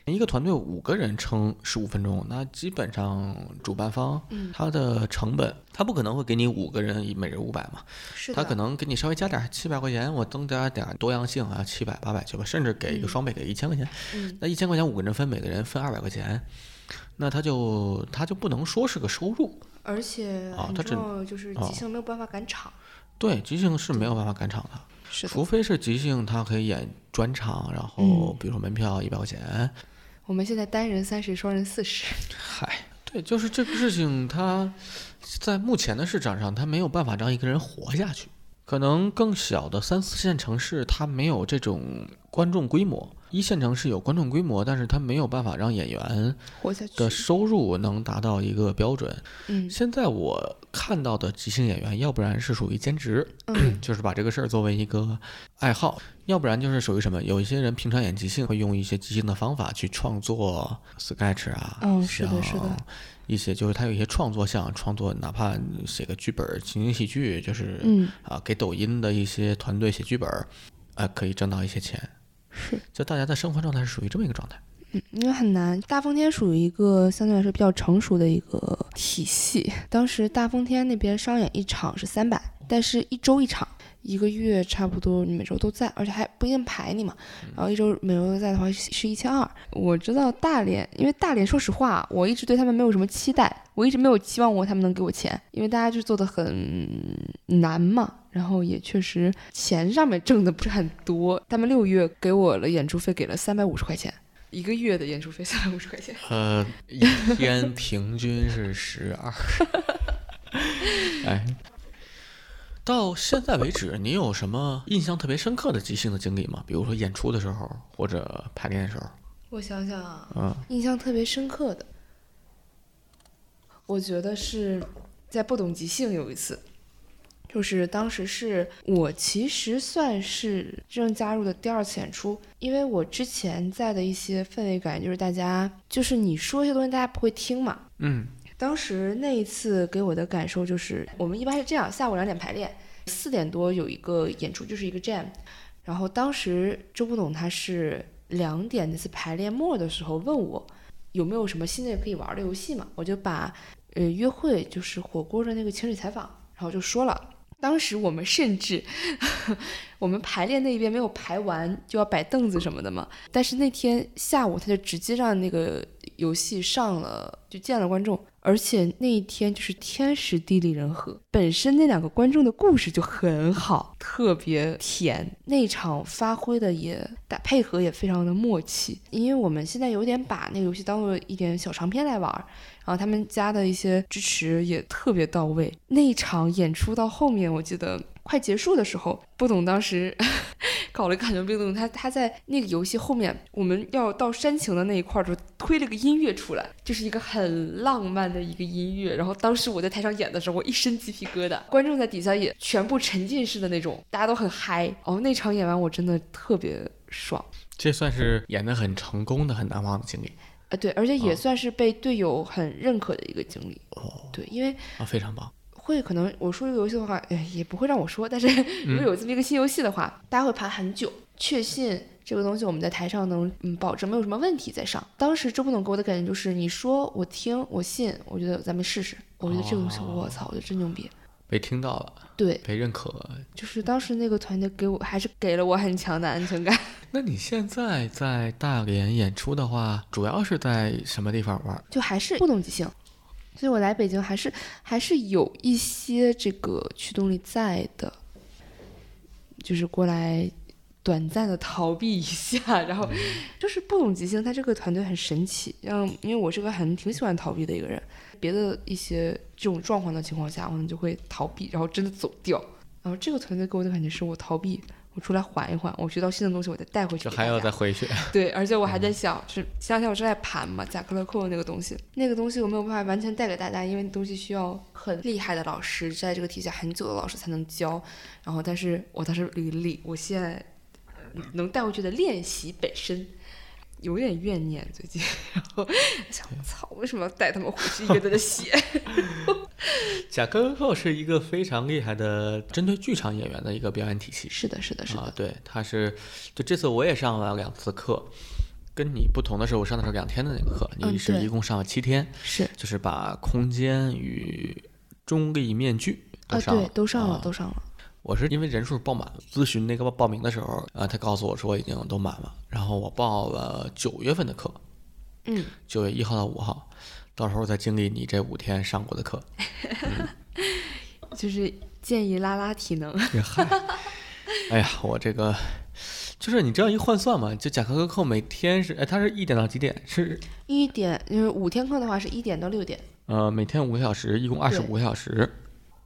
Speaker 1: 一个团队五个人撑十五分钟，那基本上主办方
Speaker 2: 嗯
Speaker 1: 它的成本，它不可能会给你五个人每人五百嘛。
Speaker 2: 是
Speaker 1: 他
Speaker 2: 的，
Speaker 1: 可能给你稍微加点七百块钱，我增加点多样性啊，七百、八百、九百，甚至给一个双倍，给一千块钱。
Speaker 2: 嗯
Speaker 1: 那一千块钱五个人分，每个人分二百块钱，那他就他就不能说是个收入。
Speaker 2: 而且
Speaker 1: 啊
Speaker 2: 很
Speaker 1: 它只
Speaker 2: 重要就是
Speaker 1: 啊
Speaker 2: 即兴没有办法赶场，
Speaker 1: 对，即兴是没有办法赶场的，
Speaker 2: 是的。
Speaker 1: 除非是即兴，他可以演专场，然后
Speaker 2: 嗯
Speaker 1: 比如说门票一百块钱。
Speaker 2: 我们现在单人三十，双人四十，
Speaker 1: 嗨，对，就是这个事情，他在目前的市场上，他没有办法让一个人活下去。可能更小的三四线城市，它没有这种观众规模；一线城市有观众规模，但是它没有办法让演员
Speaker 2: 活下去。
Speaker 1: 的收入能达到一个标准。
Speaker 2: 嗯
Speaker 1: 现在我看到的即兴演员，要不然是属于兼职，
Speaker 2: 嗯
Speaker 1: <clears throat> 就是把这个事儿作为一个爱好；要不然就是属于什么，有一些人平常演即兴会用一些即兴的方法去创作 sketch 啊，
Speaker 2: 嗯是的
Speaker 1: 像
Speaker 2: 是的
Speaker 1: 一些就是他有一些创作项，创作哪怕写个剧本儿、情景喜剧，就是、
Speaker 2: 嗯，
Speaker 1: 啊，给抖音的一些团队写剧本儿，啊、可以挣到一些钱。
Speaker 2: 是。
Speaker 1: 就大家的生活状态是属于这么一个状态。
Speaker 2: 嗯因为很难。大风天属于一个相对来说比较成熟的一个体系。当时大风天那边商演一场是三百，但是一周一场，一个月差不多你每周都在，而且还不一定排你嘛。然后一周每周都在的话是一千二。我知道大连，因为大连说实话，我一直对他们没有什么期待，我一直没有期望过他们能给我钱，因为大家就做的很难嘛。然后也确实钱上面挣的不是很多，他们六月给我了演出费，给了三百五十块钱。一个月的演出费三百五十块钱。
Speaker 1: 呃，一天平均是十 <laughs> 二。哎，到现在为止，你有什么印象特别深刻的即兴的经历吗？比如说演出的时候，或者排练的时候。
Speaker 2: 我想想啊，
Speaker 1: 嗯，
Speaker 2: 印象特别深刻的，我觉得是在不懂即兴有一次，就是当时是我其实算是真正加入的第二次演出，因为我之前在的一些氛围感就是大家就是你说一些东西大家不会听嘛，
Speaker 1: 嗯，
Speaker 2: 当时那一次给我的感受就是，我们一般是这样，下午两点排练，四点多有一个演出，就是一个 jam。然后当时周不懂他是两点那次排练末的时候问我有没有什么新的可以玩的游戏嘛，我就把呃约会就是火锅的那个情侣采访，然后就说了。当时我们甚至 <laughs> 我们排练那边没有排完就要摆凳子什么的嘛，但是那天下午他就直接让那个游戏上了，就见了观众，而且那一天就是天时地利人和，本身那两个观众的故事就很好，特别甜，那场发挥的也打配合也非常的默契，因为我们现在有点把那个游戏当做一点小长片来玩儿，然后他们家的一些支持也特别到位，那一场演出到后面我记得。快结束的时候，不懂当时搞了一个感觉病动，他他在那个游戏后面，我们要到煽情的那一块儿，就推了个音乐出来，就是一个很浪漫的一个音乐。然后当时我在台上演的时候，我一身鸡皮疙瘩，观众在底下也全部沉浸式的那种，大家都很嗨。哦，那场演完我真的特别爽，
Speaker 1: 这算是演得很成功的、很难忘的经历
Speaker 2: 呃，对，而且也算是被队友很认可的一个经历。
Speaker 1: 哦，
Speaker 2: 对，因为
Speaker 1: 啊，非常棒。
Speaker 2: 会可能我说这个游戏的话，哎，也不会让我说。但是如果有这么一个新游戏的话，大家会盘很久，确信这个东西我们在台上能嗯保证没有什么问题再上。当时周不懂给我的感觉就是，你说我听我信，我觉得咱们试试。我觉得这个东西，
Speaker 1: 哦
Speaker 2: 我操，我觉得真牛逼。
Speaker 1: 被听到了，
Speaker 2: 对，
Speaker 1: 被认可。
Speaker 2: 就是当时那个团队给我还是给了我很强的安全感。
Speaker 1: 那你现在在大连演出的话，主要是在什么地方玩？
Speaker 2: 就还是不懂即兴。所以我来北京还是还是有一些这个驱动力在的，就是过来短暂的逃避一下，然后就是不懂即兴，他这个团队很神奇。让因为我是个很挺喜欢逃避的一个人，别的一些这种状况的情况下，我可能就会逃避，然后真的走掉。然后这个团队给我的感觉是我逃避，我出来缓一缓，我学到新的东西，我再带回去
Speaker 1: 就
Speaker 2: 给
Speaker 1: 还
Speaker 2: 大
Speaker 1: 要
Speaker 2: 家
Speaker 1: 再回去。
Speaker 2: 对，而且我还在想，是前两天我是在盘嘛，贾克勒扣的那个东西，那个东西我没有办法完全带给大家，因为那东西需要很厉害的老师，在这个体系下很久的老师才能教。然后，但是我当时捋了捋，我现在能带回去的练习本身。有点怨念最近，然后想，操，为什么要带他们回去一个在那写？
Speaker 1: 贾克克是一个非常厉害的针对剧场演员的一个表演体系。
Speaker 2: <laughs> 是的，是的，是的，
Speaker 1: 啊，对，他是就这次我也上了两次课，跟你不同的是，我上的是两天的那个课，
Speaker 2: 嗯
Speaker 1: 你是
Speaker 2: 对
Speaker 1: 一共上了七天，
Speaker 2: 是
Speaker 1: 就是把空间与中立面具
Speaker 2: 啊，
Speaker 1: 都上了，
Speaker 2: 对，都上了，
Speaker 1: 啊
Speaker 2: 都上了。
Speaker 1: 我是因为人数爆满，咨询那个报名的时候，啊，他告诉我说已经都满了，然后我报了九月份的课，
Speaker 2: 嗯，
Speaker 1: 九月一号到五号，到时候再经历你这五天上过的课。
Speaker 2: 就是建议拉拉体能。
Speaker 1: 也嗨，哎呀，我这个就是你这样一换算嘛，就贾克克扣每天是，哎，他是一点到几点？是
Speaker 2: <laughs> 一点，就是五天课的话是一点到六点，
Speaker 1: 呃，每天五个小时，一共二十五个小时，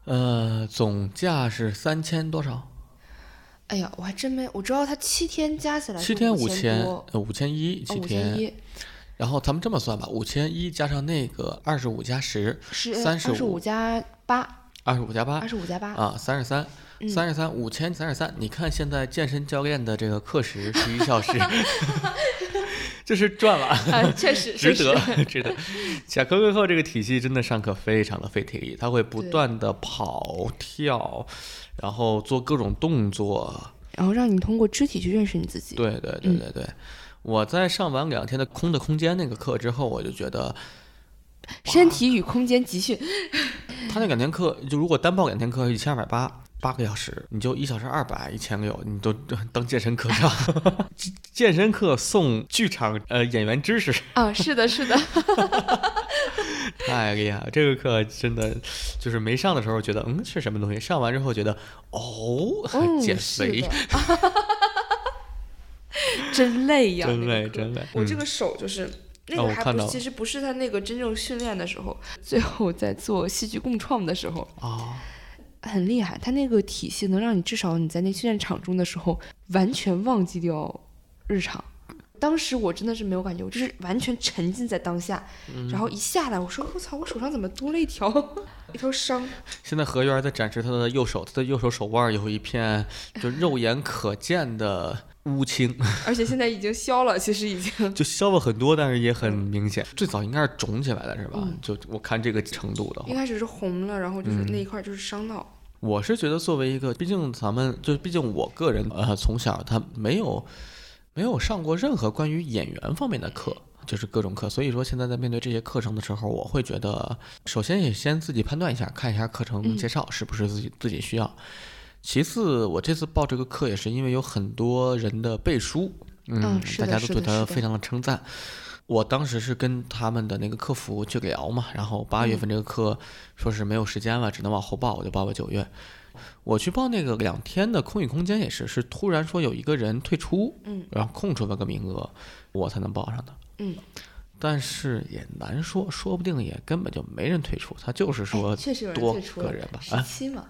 Speaker 1: 呃，总价是三千多少？
Speaker 2: 哎呀，我还真没，我知道他七天加起来
Speaker 1: 七天
Speaker 2: 五
Speaker 1: 五千
Speaker 2: 多，，
Speaker 1: 呃，五千一，
Speaker 2: 哦，
Speaker 1: 七
Speaker 2: 五千
Speaker 1: 天。
Speaker 2: 一
Speaker 1: 然后咱们这么算吧，五千一加上那个二十五加十，
Speaker 2: 是
Speaker 1: 三十
Speaker 2: 十五加八，
Speaker 1: 二十五加八
Speaker 2: 二十五加八，
Speaker 1: 啊，三十三。
Speaker 2: 嗯
Speaker 1: 三十三五千三十三，你看现在健身教练的这个课时十一
Speaker 2: <laughs>
Speaker 1: 小时， <laughs> 这是赚了。
Speaker 2: 啊，确实
Speaker 1: <laughs> 值
Speaker 2: 确实
Speaker 1: 得，值得。贾克克扣这个体系真的上课非常的费体力，他会不
Speaker 2: 对
Speaker 1: 断的跑跳，然后做各种动作。
Speaker 2: 然后让你通过肢体去认识你自己。
Speaker 1: 对对对对对。我在上完两天的空的空间那个课之后，我就觉得
Speaker 2: 身体与空间集训，
Speaker 1: 他那两天课，就如果单报两天课一千二百八，八个小时，你就一小时二百，一千六，你都当健身课上。 <laughs> 健身课送剧场呃演员知识，
Speaker 2: <laughs> 啊，是的，是 <laughs> 的，
Speaker 1: 太厉害了！哎这个课真的就是没上的时候觉得嗯是什么东西，上完之后觉得哦 <laughs>
Speaker 2: 嗯，
Speaker 1: 减
Speaker 2: 是
Speaker 1: 肥
Speaker 2: 的， <laughs> 真累呀，
Speaker 1: 真
Speaker 2: 那个
Speaker 1: 累
Speaker 2: 课
Speaker 1: 真累
Speaker 2: 我这
Speaker 1: 嗯
Speaker 2: 个手就是。
Speaker 1: 哦
Speaker 2: 那个
Speaker 1: 我
Speaker 2: 还
Speaker 1: 看
Speaker 2: 不
Speaker 1: 到
Speaker 2: 是，
Speaker 1: 了
Speaker 2: 其实不是他那个真正训练的时候，最后在做戏剧共创的时候，
Speaker 1: 啊！
Speaker 2: 很厉害，他那个体系能让你至少你在那训练场中的时候完全忘记掉日常。当时我真的是没有感觉，我就是完全沉浸在当下，
Speaker 1: 嗯
Speaker 2: 然后一下来，我说我操，我手上怎么多了一条 <laughs> 一条伤？
Speaker 1: 现在何源在展示他的右手，他的右手手腕有一片就肉眼可见的乌青， <laughs>
Speaker 2: 而且现在已经消了，其实已经
Speaker 1: 就消了很多，但是也很明显。最早应该是肿起来的是吧？
Speaker 2: 嗯
Speaker 1: 就我看这个程度的话
Speaker 2: 一，开始是红了，然后
Speaker 1: 嗯
Speaker 2: 就是那一块就是伤到，
Speaker 1: 我是觉得作为一个，毕竟咱们就毕竟我个人呃从小他没有没有上过任何关于演员方面的课，就是各种课，所以说现在在面对这些课程的时候，我会觉得首先也先自己判断一下，看一下课
Speaker 2: 嗯
Speaker 1: 程介绍是不是自己、自己需要。其次，我这次报这个课也是因为有很多人的背书，嗯，
Speaker 2: 嗯是
Speaker 1: 大
Speaker 2: 的
Speaker 1: 家都
Speaker 2: 是
Speaker 1: 对
Speaker 2: 的
Speaker 1: 他
Speaker 2: 是的
Speaker 1: 非常的称赞。我当时是跟他们的那个客服去聊嘛，然后八
Speaker 2: 嗯
Speaker 1: 月份这个课说是没有时间了，只能往后报，我就报了九月。我去报那个两天的空域空间也是，是突然说有一个人退出，
Speaker 2: 嗯，
Speaker 1: 然后空出了个名额，我才能报上的，
Speaker 2: 嗯，
Speaker 1: 但是也难说，说不定也根本就没人退出，他就是说
Speaker 2: 哎确实有人
Speaker 1: 多
Speaker 2: 退出了
Speaker 1: 个人吧
Speaker 2: 十七嘛，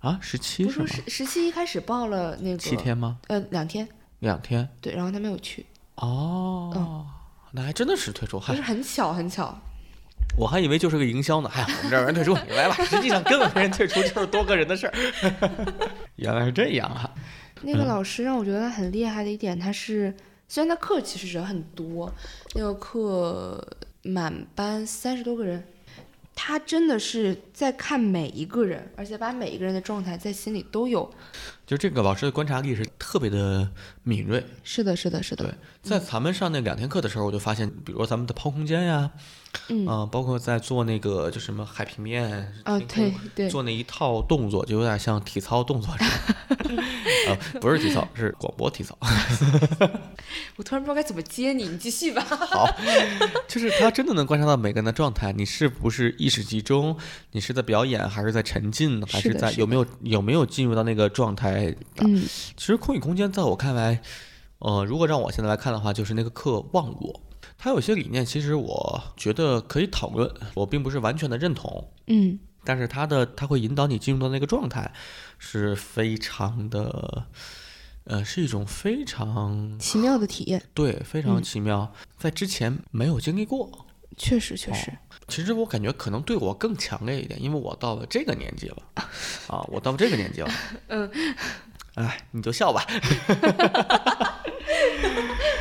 Speaker 1: 啊十
Speaker 2: 不
Speaker 1: 七
Speaker 2: 是
Speaker 1: 是吗
Speaker 2: 说？十十七一开始报了那个
Speaker 1: 七，天吗？
Speaker 2: 呃，两天，
Speaker 1: 两天
Speaker 2: 对，然后他没有去，
Speaker 1: 哦，那还真的是退出，
Speaker 2: 就
Speaker 1: 还
Speaker 2: 嗯是很巧很巧，
Speaker 1: 我还以为就是个营销呢，哎呀，我们这儿有人退出，你来吧。实际上根本没人退出，就是多个人的事儿。 <laughs> 原来是这样啊！
Speaker 2: 那个老师让我觉得他很厉害的一点，他是虽然他课其实人很多，那个课满班三十多个人，他真的是在看每一个人，而且把每一个人的状态在心里都有。
Speaker 1: 就这个老师的观察力是特别的敏锐。
Speaker 2: 是的，是的，是
Speaker 1: 对
Speaker 2: 的，，
Speaker 1: 在咱们上那两天课的时候，我就发现，比如说咱们的抛空间呀，
Speaker 2: 嗯
Speaker 1: 啊包括在做那个就什么海平面
Speaker 2: 啊，
Speaker 1: 天空
Speaker 2: 对对，
Speaker 1: 做那一套动作，就有点像体操动作似
Speaker 2: <laughs>
Speaker 1: 的，啊，不是体操，是广播体操。 <laughs>
Speaker 2: 我突然不知道该怎么接你，你继续吧。
Speaker 1: 好，就是他真的能观察到每个人的状态，你是不是意识集中，你是在表演还是在沉浸，还
Speaker 2: 是
Speaker 1: 是
Speaker 2: 的
Speaker 1: 在
Speaker 2: 是
Speaker 1: 有没有有没有进入到那个状态？
Speaker 2: 嗯，
Speaker 1: 其实空与空间在我看来，呃，如果让我现在来看的话，就是那个课忘我。它有些理念，其实我觉得可以讨论，我并不是完全的认同，
Speaker 2: 嗯，
Speaker 1: 但是它的它会引导你进入到那个状态，是非常的呃，是一种非常
Speaker 2: 奇妙的体验，
Speaker 1: 对非常
Speaker 2: 嗯
Speaker 1: 奇妙，在之前没有经历过。
Speaker 2: 确实
Speaker 1: 哦
Speaker 2: 确实，
Speaker 1: 其实我感觉可能对我更强烈一点，因为我到了这个年纪
Speaker 2: <laughs>
Speaker 1: 了啊，我到这个年纪了。
Speaker 2: 嗯，
Speaker 1: 哎，你就
Speaker 2: <laughs>
Speaker 1: 笑吧。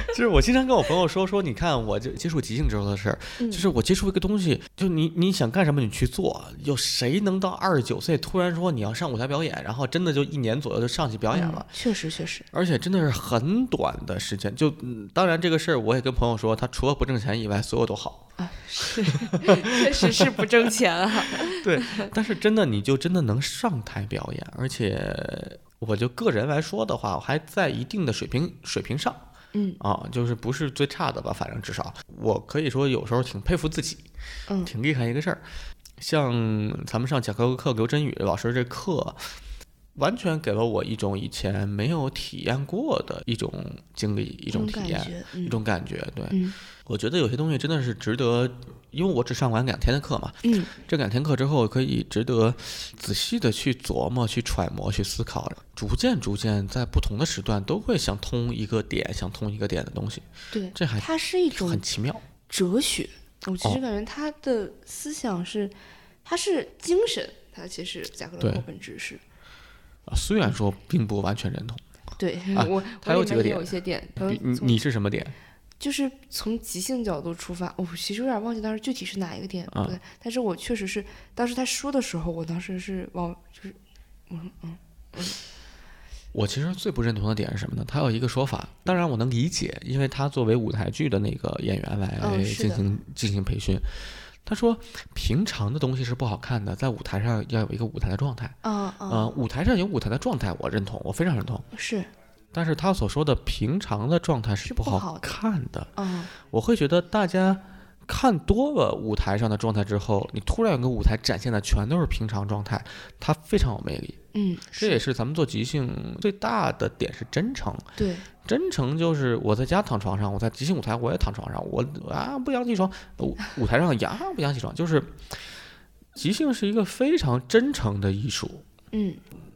Speaker 1: 就是我经常跟我朋友说说，你看我就接触即兴之后的事儿，
Speaker 2: 嗯
Speaker 1: 就是我接触一个东西，就你你想干什么你去做，有谁能到二十九岁突然说你要上舞台表演，然后真的就一年左右就上去表演了？
Speaker 2: 嗯确实确实，
Speaker 1: 而且真的是很短的时间，就、嗯、当然这个事儿我也跟朋友说，他除了不挣钱以外，所有都好。
Speaker 2: 啊，是， <laughs> 确实是不挣钱啊。
Speaker 1: 对，但是真的你就真的能上台表演，而且我就个人来说的话，我还在一定的水平水平上
Speaker 2: <laughs> 嗯
Speaker 1: 啊，就是不是最差的吧，反正至少我可以说有时候挺佩服自己，
Speaker 2: 嗯
Speaker 1: 挺厉害一个事儿。像咱们上讲课课刘真宇老师这课，完全给了我一种以前没有体验过的一种经历，一
Speaker 2: 一
Speaker 1: 种体
Speaker 2: 感
Speaker 1: 验，
Speaker 2: 觉，
Speaker 1: 一
Speaker 2: 嗯
Speaker 1: 种感觉。对，
Speaker 2: 嗯
Speaker 1: 我觉得有些东西真的是值得，因为我只上完两天的课嘛，
Speaker 2: 嗯，
Speaker 1: 这两天课之后，可以值得仔细的去琢磨、去揣摩、去思考，逐渐逐渐在不同的时段都会想通一个点，想通一个点的东西，
Speaker 2: 对，
Speaker 1: 这还
Speaker 2: 它是一种
Speaker 1: 很奇妙。
Speaker 2: 哲学。我其实
Speaker 1: 哦
Speaker 2: 感觉他的思想是，他是精神，他其实贾克勒
Speaker 1: 对
Speaker 2: 霍本质是。
Speaker 1: 啊虽然说并不完全认同，
Speaker 2: 对、
Speaker 1: 啊
Speaker 2: 我，
Speaker 1: 他
Speaker 2: 我
Speaker 1: 有
Speaker 2: 里
Speaker 1: 几个
Speaker 2: 面也
Speaker 1: 点
Speaker 2: 有一些点，
Speaker 1: 比
Speaker 2: 嗯
Speaker 1: 你
Speaker 2: 从
Speaker 1: 你是什么点？
Speaker 2: 就是从即兴角度出发，我、其实有点忘记当时具体是哪一个点，
Speaker 1: 啊
Speaker 2: 对，但是我确实是当时他说的时候，我当时是往就是，我说嗯，
Speaker 1: 我其实最不认同的点是什么呢？他有一个说法，当然我能理解，因为他作为舞台剧的那个演员来
Speaker 2: 嗯是
Speaker 1: 进
Speaker 2: 的
Speaker 1: 行、进行培训。他说，平常的东西是不好看的，在舞台上要有一个舞台的状态。
Speaker 2: 啊
Speaker 1: 嗯、
Speaker 2: 啊，
Speaker 1: 舞台上有舞台的状态，我认同，我非常认同。
Speaker 2: 是
Speaker 1: 但是他所说的平常的状态
Speaker 2: 是
Speaker 1: 是不
Speaker 2: 不
Speaker 1: 好
Speaker 2: 好的
Speaker 1: 看的，
Speaker 2: 啊，
Speaker 1: 我会觉得大家看多了舞台上的状态之后，你突然有个舞台展现的全都是平常状态，它非常有魅力。
Speaker 2: 嗯，
Speaker 1: 这也是咱们做即兴最大的点是真诚，
Speaker 2: 对，
Speaker 1: 真诚就是我在家躺床上，我在即兴舞台我也躺床上，我啊不想起床，舞舞台上呀不想起床，就是即兴是一个非常真诚的艺术。
Speaker 2: 嗯，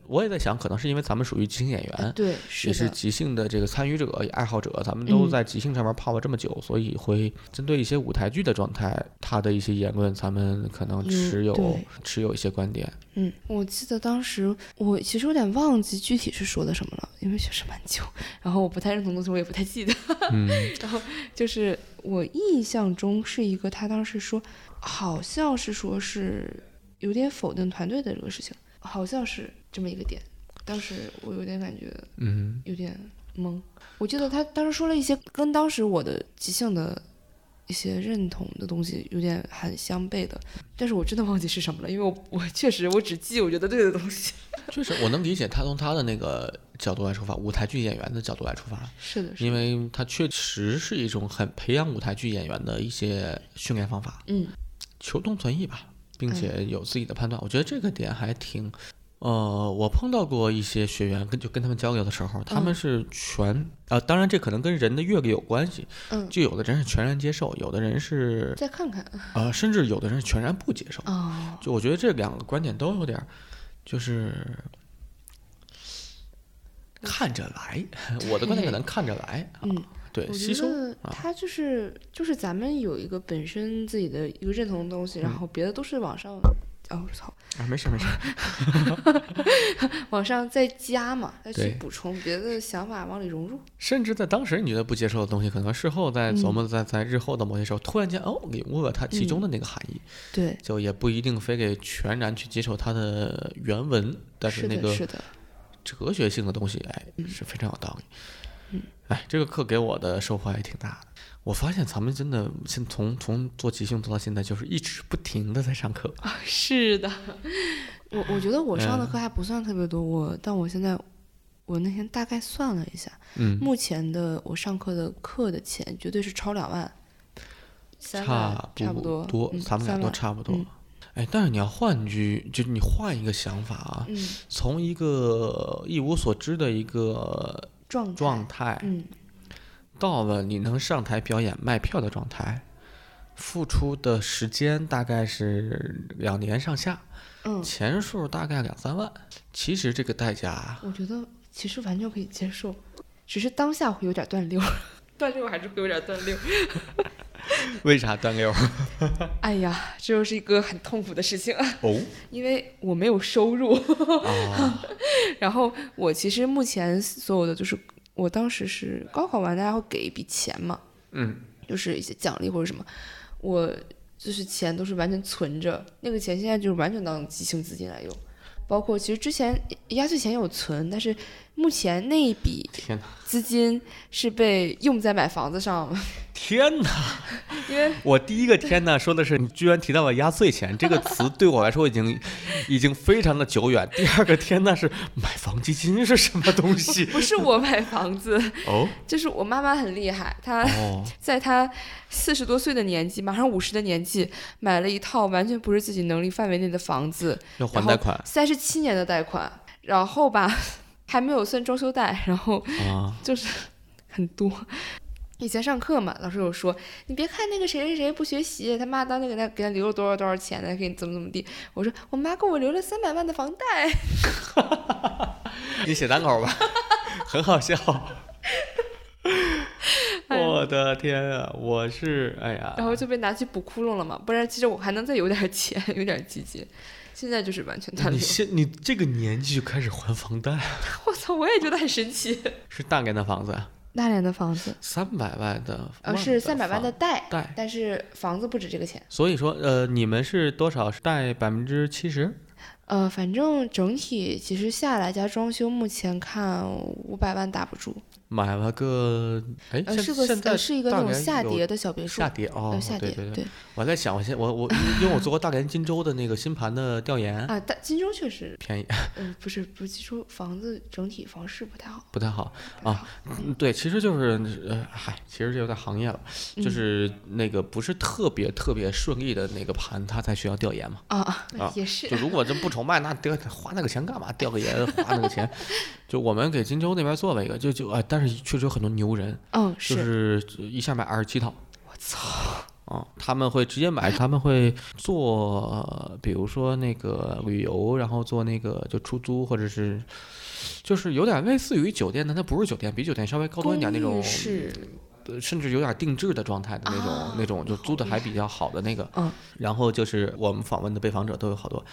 Speaker 1: 我也在想，可能是因为咱们属于即兴演员，
Speaker 2: 对，
Speaker 1: 啊也
Speaker 2: 是
Speaker 1: 是
Speaker 2: 的，
Speaker 1: 即兴的这个参与者、爱好者，咱们都
Speaker 2: 嗯
Speaker 1: 在即兴上面泡了这么久，所以会针对一些舞台剧的状态，他的一些言论，咱们可能
Speaker 2: 嗯
Speaker 1: 持有、
Speaker 2: 对
Speaker 1: 持有一些观点。
Speaker 2: 嗯，我记得当时我其实有点忘记具体是说的什么了，因为确实蛮久，然后我不太认同的东西我也不太记得。
Speaker 1: 嗯，
Speaker 2: <laughs> 然后就是我印象中是一个，他当时说，好像是说是有点否定团队的这个事情，好像是这么一个点。当时我有点感觉
Speaker 1: 嗯，
Speaker 2: 有点懵，我记得他当时说了一些跟当时我的即兴的一些认同的东西有点很相悖的，但是我真的忘记是什么了，因为我我确实我只记我觉得对的
Speaker 1: <laughs>
Speaker 2: 东西。
Speaker 1: 确实，我能理解他从他的那个角度来出发，舞台剧演员的角度来出发，
Speaker 2: 是的，是的，
Speaker 1: 因为他确实是一种很培养舞台剧演员的一些训练方法，
Speaker 2: 嗯
Speaker 1: 求同存异吧，并且有自己的判断。我觉得这个点还挺。呃，我碰到过一些学员，跟就跟他们交流的时候，他们
Speaker 2: 嗯
Speaker 1: 是全、呃，当然这可能跟人的阅历有关系，
Speaker 2: 嗯，
Speaker 1: 就有的人是全然接受，有的人是
Speaker 2: 再看看
Speaker 1: 呃，甚至有的人是全然不接受。
Speaker 2: 啊、
Speaker 1: 就我觉得这两个观点都有点儿，就是
Speaker 2: 嗯
Speaker 1: 看着来， <laughs> 我的观点可能看着来啊，
Speaker 2: 嗯。
Speaker 1: 对，
Speaker 2: 我
Speaker 1: 吸
Speaker 2: 觉
Speaker 1: 收
Speaker 2: 得
Speaker 1: 啊
Speaker 2: 它就是就是咱们有一个本身自己的一个认同的东
Speaker 1: 嗯
Speaker 2: 西，然后别的都是往上，哦操，
Speaker 1: 啊，没事儿没事儿，
Speaker 2: 往上再加嘛，再去
Speaker 1: 对
Speaker 2: 补充别的想法往里融入。
Speaker 1: 甚至在当时你觉得不接受的东西，可能事后在琢
Speaker 2: 嗯
Speaker 1: 磨在在日后的某些时候，突然间哦领悟了它其中的那个含义，
Speaker 2: 对，
Speaker 1: 就也不一定非得全然去接受它的原文，但
Speaker 2: 是
Speaker 1: 那
Speaker 2: 的，嗯
Speaker 1: 个
Speaker 2: 是的，
Speaker 1: 哲学性的东西，哎，是非常有道理。
Speaker 2: 嗯
Speaker 1: 哎，这个课给我的收获还挺大的。我发现咱们真的现从从做即兴做到现在，就是一直不停的在上课。
Speaker 2: 啊 <laughs> 是的。我我觉得我上
Speaker 1: 嗯
Speaker 2: 的课还不算特别多，我但我现在我那天大概算了一下，
Speaker 1: 嗯，
Speaker 2: 目前的我上课的课的钱绝对是超两万，三万
Speaker 1: 差
Speaker 2: 差不
Speaker 1: 多，
Speaker 2: 嗯
Speaker 1: 咱们俩
Speaker 2: 三
Speaker 1: 都
Speaker 2: 万
Speaker 1: 差不多
Speaker 2: 嗯。
Speaker 1: 哎，但是你要换句，就是你换一个想法啊，
Speaker 2: 嗯，
Speaker 1: 从一个一无所知的一个
Speaker 2: 状态
Speaker 1: 状态，
Speaker 2: 嗯，
Speaker 1: 到了你能上台表演卖票的状态，付出的时间大概是两年上下。
Speaker 2: 嗯，
Speaker 1: 钱数大概两三万，其实这个代价
Speaker 2: 我觉得其实完全可以接受，只是当下会有点断溜，断溜还是会有点断溜。
Speaker 1: <laughs> 为啥断溜？
Speaker 2: 哎呀，这又是一个很痛苦的事情，
Speaker 1: <laughs> 哦，
Speaker 2: 因为我没有收入。
Speaker 1: 啊，
Speaker 2: <laughs> 然后我其实目前所有的就是，我当时是高考完，大家会给一笔钱嘛，
Speaker 1: 嗯，
Speaker 2: 就是一些奖励或者什么，我就是钱都是完全存着，那个钱现在就是完全当即兴资金来用。包括其实之前压岁钱有存，但是目前那一笔
Speaker 1: 天哪，
Speaker 2: 资金是被用在买房子上，
Speaker 1: 天哪！
Speaker 2: 因为
Speaker 1: 我第一个天呐，说的是你居然提到了压岁钱这个词，对我来说已经 <laughs> 已经非常的久远。第二个天呐是买房基金是什么东西？
Speaker 2: 不是我买房子，
Speaker 1: <laughs>
Speaker 2: <laughs>
Speaker 1: 哦
Speaker 2: 就是我妈妈很厉害，她
Speaker 1: 哦，
Speaker 2: 在她四十多岁的年纪，马上五十的年纪，买了一套完全不是自己能力范围内的房子，
Speaker 1: 要还贷款
Speaker 2: 三十七年的贷款，然后吧，还没有算装修贷，然后
Speaker 1: 啊，
Speaker 2: 就是很多。以前上课嘛，老师有说，你别看那个谁谁谁不学习，他妈当那个那给他留了多少多少钱呢，给你怎么怎么地。我说我妈给我留了三百万的房贷，
Speaker 1: <laughs>
Speaker 2: <laughs>
Speaker 1: 你写单口吧， <laughs> 很好笑。 <laughs> 我的天啊！我是哎呀，
Speaker 2: 然后就被拿去补窟窿了嘛。不然其实我还能再有点钱， <laughs> 有点基金。现在就是完全断
Speaker 1: 你
Speaker 2: 流。
Speaker 1: 现你这个年纪就开始还房贷，
Speaker 2: 我操，我也觉得很神奇。
Speaker 1: 是大概的房子啊，
Speaker 2: 大连的房子，
Speaker 1: 三百万的，
Speaker 2: 呃，是三百万的贷，
Speaker 1: 贷。
Speaker 2: 但是房子不止这个钱。
Speaker 1: 所以说，呃，你们是多少？是贷百分之七十？
Speaker 2: 呃，反正整体其实下来加装修，目前看五百万打不住。
Speaker 1: 买了个，哎，
Speaker 2: 呃，
Speaker 1: 现
Speaker 2: 是个
Speaker 1: 现在
Speaker 2: 呃是一个
Speaker 1: 大
Speaker 2: 那种
Speaker 1: 连
Speaker 2: 下
Speaker 1: 有
Speaker 2: 跌的小别墅，
Speaker 1: 下跌哦
Speaker 2: 呃，下跌
Speaker 1: 对对对。我还在想，我现我我因为我做过大连金州的那个新盘的调研，
Speaker 2: 啊，但金州确实，
Speaker 1: 便宜 <laughs>
Speaker 2: 呃，不是不是，金州房子整体房市不太好。
Speaker 1: 不太好。
Speaker 2: 不
Speaker 1: 啊
Speaker 2: 太好，
Speaker 1: 嗯对，其实就是呃，嗨，其实就在行业了，就
Speaker 2: 嗯
Speaker 1: 是那个不是特别特别顺利的那个盘，它才需要调研嘛。
Speaker 2: 啊啊
Speaker 1: 啊
Speaker 2: 也是
Speaker 1: 就如果真不愁卖，那调花那个钱干嘛？调个研花那个
Speaker 2: <laughs>
Speaker 1: 钱，就我们给金州那边做了一个，就就啊、但是确实有很多牛人，
Speaker 2: 嗯，
Speaker 1: 就是是一下买二十七套。
Speaker 2: 我操，
Speaker 1: 啊，他们会直接买，他们会做，呃比如说那个旅游，然后做那个就出租，或者是，就是有点类似于酒店，但它不是酒店，比酒店稍微高端一点那种，
Speaker 2: 是
Speaker 1: 呃甚至有点定制的状态的那种，
Speaker 2: 啊
Speaker 1: 那种就租的
Speaker 2: 好
Speaker 1: 还比较好的那个。
Speaker 2: 嗯
Speaker 1: 然后就是我们访问的被访者都有好多，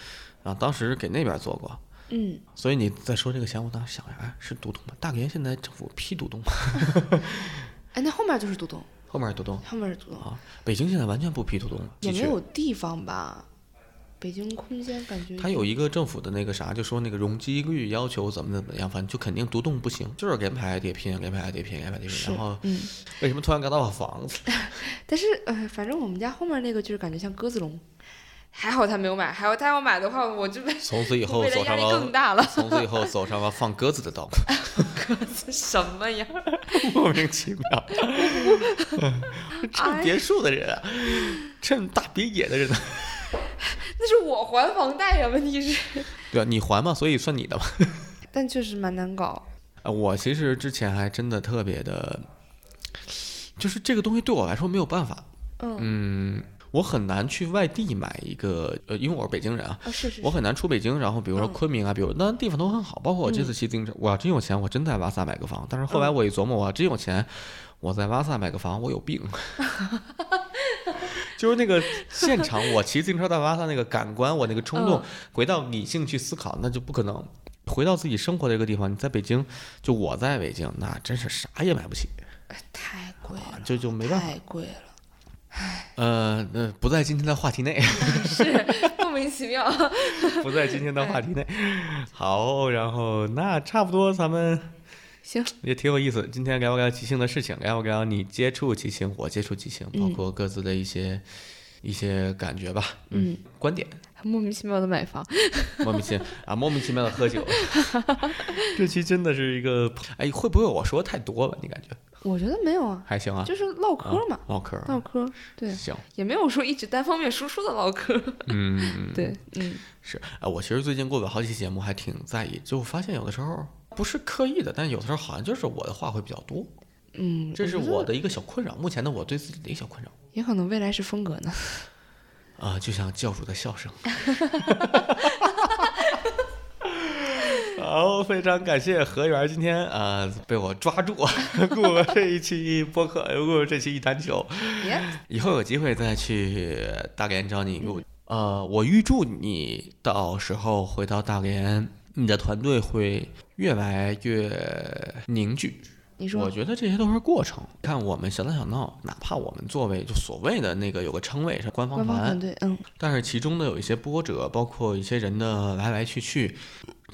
Speaker 1: 啊，当时给那边做过。
Speaker 2: 嗯，
Speaker 1: 所以你在说这个钱，我当时想着，哎，是独栋吗？大连现在政府批独栋吗？ <laughs>
Speaker 2: 哎，那后面就是独栋，
Speaker 1: 后面是独栋
Speaker 2: 后面是独栋，
Speaker 1: 啊，北京现在完全不批独栋了，
Speaker 2: 也
Speaker 1: 地
Speaker 2: 没
Speaker 1: 区
Speaker 2: 有地方吧？北京空间感觉
Speaker 1: 它有一个政府的那个啥，就说那个容积率要求怎么怎么样，反正就肯定独栋不行，就是给买叠拼，给买叠拼，给买叠
Speaker 2: 是
Speaker 1: 拼。然后
Speaker 2: 嗯，
Speaker 1: 为什么突然聊到了房子？
Speaker 2: 但是呃，反正我们家后面那个就是感觉像鸽子笼，还好他没有买，还好他要买的话，我就被
Speaker 1: 从此以
Speaker 2: 我 <laughs>
Speaker 1: 后
Speaker 2: 未来
Speaker 1: 走上
Speaker 2: 压力更
Speaker 1: 了，
Speaker 2: 大了。
Speaker 1: 从此以后走上了放鸽子的道
Speaker 2: 什么呀？
Speaker 1: 路， <laughs> 莫名其妙。嗯趁别墅的人啊，趁大别野的人啊，
Speaker 2: 那是我还房贷呀，问题是，
Speaker 1: 对啊，你还嘛，所以算你的嘛。
Speaker 2: 但确实蛮难搞。
Speaker 1: 啊我其实之前还真的特别的，就是这个东西对我来说没有办法，
Speaker 2: 嗯，
Speaker 1: 嗯，我很难去外地买一个，呃，因为我是北京人啊。
Speaker 2: 啊是是
Speaker 1: 我
Speaker 2: 是，
Speaker 1: 很难出北京，然后比如说
Speaker 2: 嗯
Speaker 1: 昆明啊，比如那地方都很好，包括我这次骑自行车，我要真有钱，我真在拉萨买个房。但是后来
Speaker 2: 嗯
Speaker 1: 我一琢磨，我要真有钱，我在拉萨买个房，我有
Speaker 2: <laughs>
Speaker 1: 病。就是那个现场，我骑自行车到拉萨那个感官，我那个冲
Speaker 2: 嗯
Speaker 1: 动，回到理性去思考，那就不可能。回到自己生活的一个地方，你在北京，就我在北京，那真是啥也买不起，
Speaker 2: 太贵了，
Speaker 1: 就就没办法。
Speaker 2: 太贵了，
Speaker 1: 呃，那不在今天的话题内。
Speaker 2: <laughs>
Speaker 1: <laughs>
Speaker 2: 莫名其妙。
Speaker 1: 不在今天的话题内。
Speaker 2: 哎
Speaker 1: 好，然后那差不多，咱们
Speaker 2: <laughs> 行，
Speaker 1: 也挺有意思。今天聊聊即兴的事情，聊聊你接触即兴，我接触即兴，包
Speaker 2: 嗯
Speaker 1: 括各自的一些、一些感觉吧，
Speaker 2: 嗯，
Speaker 1: 观点。
Speaker 2: 莫名其妙的买房，
Speaker 1: 莫名
Speaker 2: <laughs>
Speaker 1: 其啊，莫名其妙的喝酒。这期真的是一个，哎，会不会我说太多了？你感觉
Speaker 2: 我觉得没有啊，
Speaker 1: 还行啊？
Speaker 2: 就是唠嗑嘛，
Speaker 1: 啊
Speaker 2: 嗯
Speaker 1: 唠嗑儿。
Speaker 2: 唠嗑，对，
Speaker 1: 行，
Speaker 2: 也没有说一直单方面输出的唠嗑，
Speaker 1: 嗯，
Speaker 2: <laughs> 对，嗯，
Speaker 1: 是，啊，我其实最近过了好几期节目，还挺在意，就发现有的时候不是刻意的，但有的时候好像就是我的话会比较多。
Speaker 2: 嗯，
Speaker 1: 这是
Speaker 2: 觉得
Speaker 1: 我的一个小困扰，目前的我对自己的一个小困扰
Speaker 2: 也可能未来是风格 <laughs> 呢。
Speaker 1: 啊、就
Speaker 2: <laughs>
Speaker 1: 像教主的笑声。好，喽，非常感谢何源今天啊、呃被我抓住，录了这一期播客，呃录了这期一坛酒。
Speaker 2: 耶，
Speaker 1: 以后有机会再去大连找你录。呃，我预祝你到时候回到大连，你的团队会越来越凝聚。
Speaker 2: 你
Speaker 1: 我
Speaker 2: 说
Speaker 1: 觉得这些都是过程。看我们小打小闹，哪怕我们作为就所谓的那个有个称谓是官方
Speaker 2: 官方团队，嗯，
Speaker 1: 但是其中的有一些波折，包括一些人的来来去去，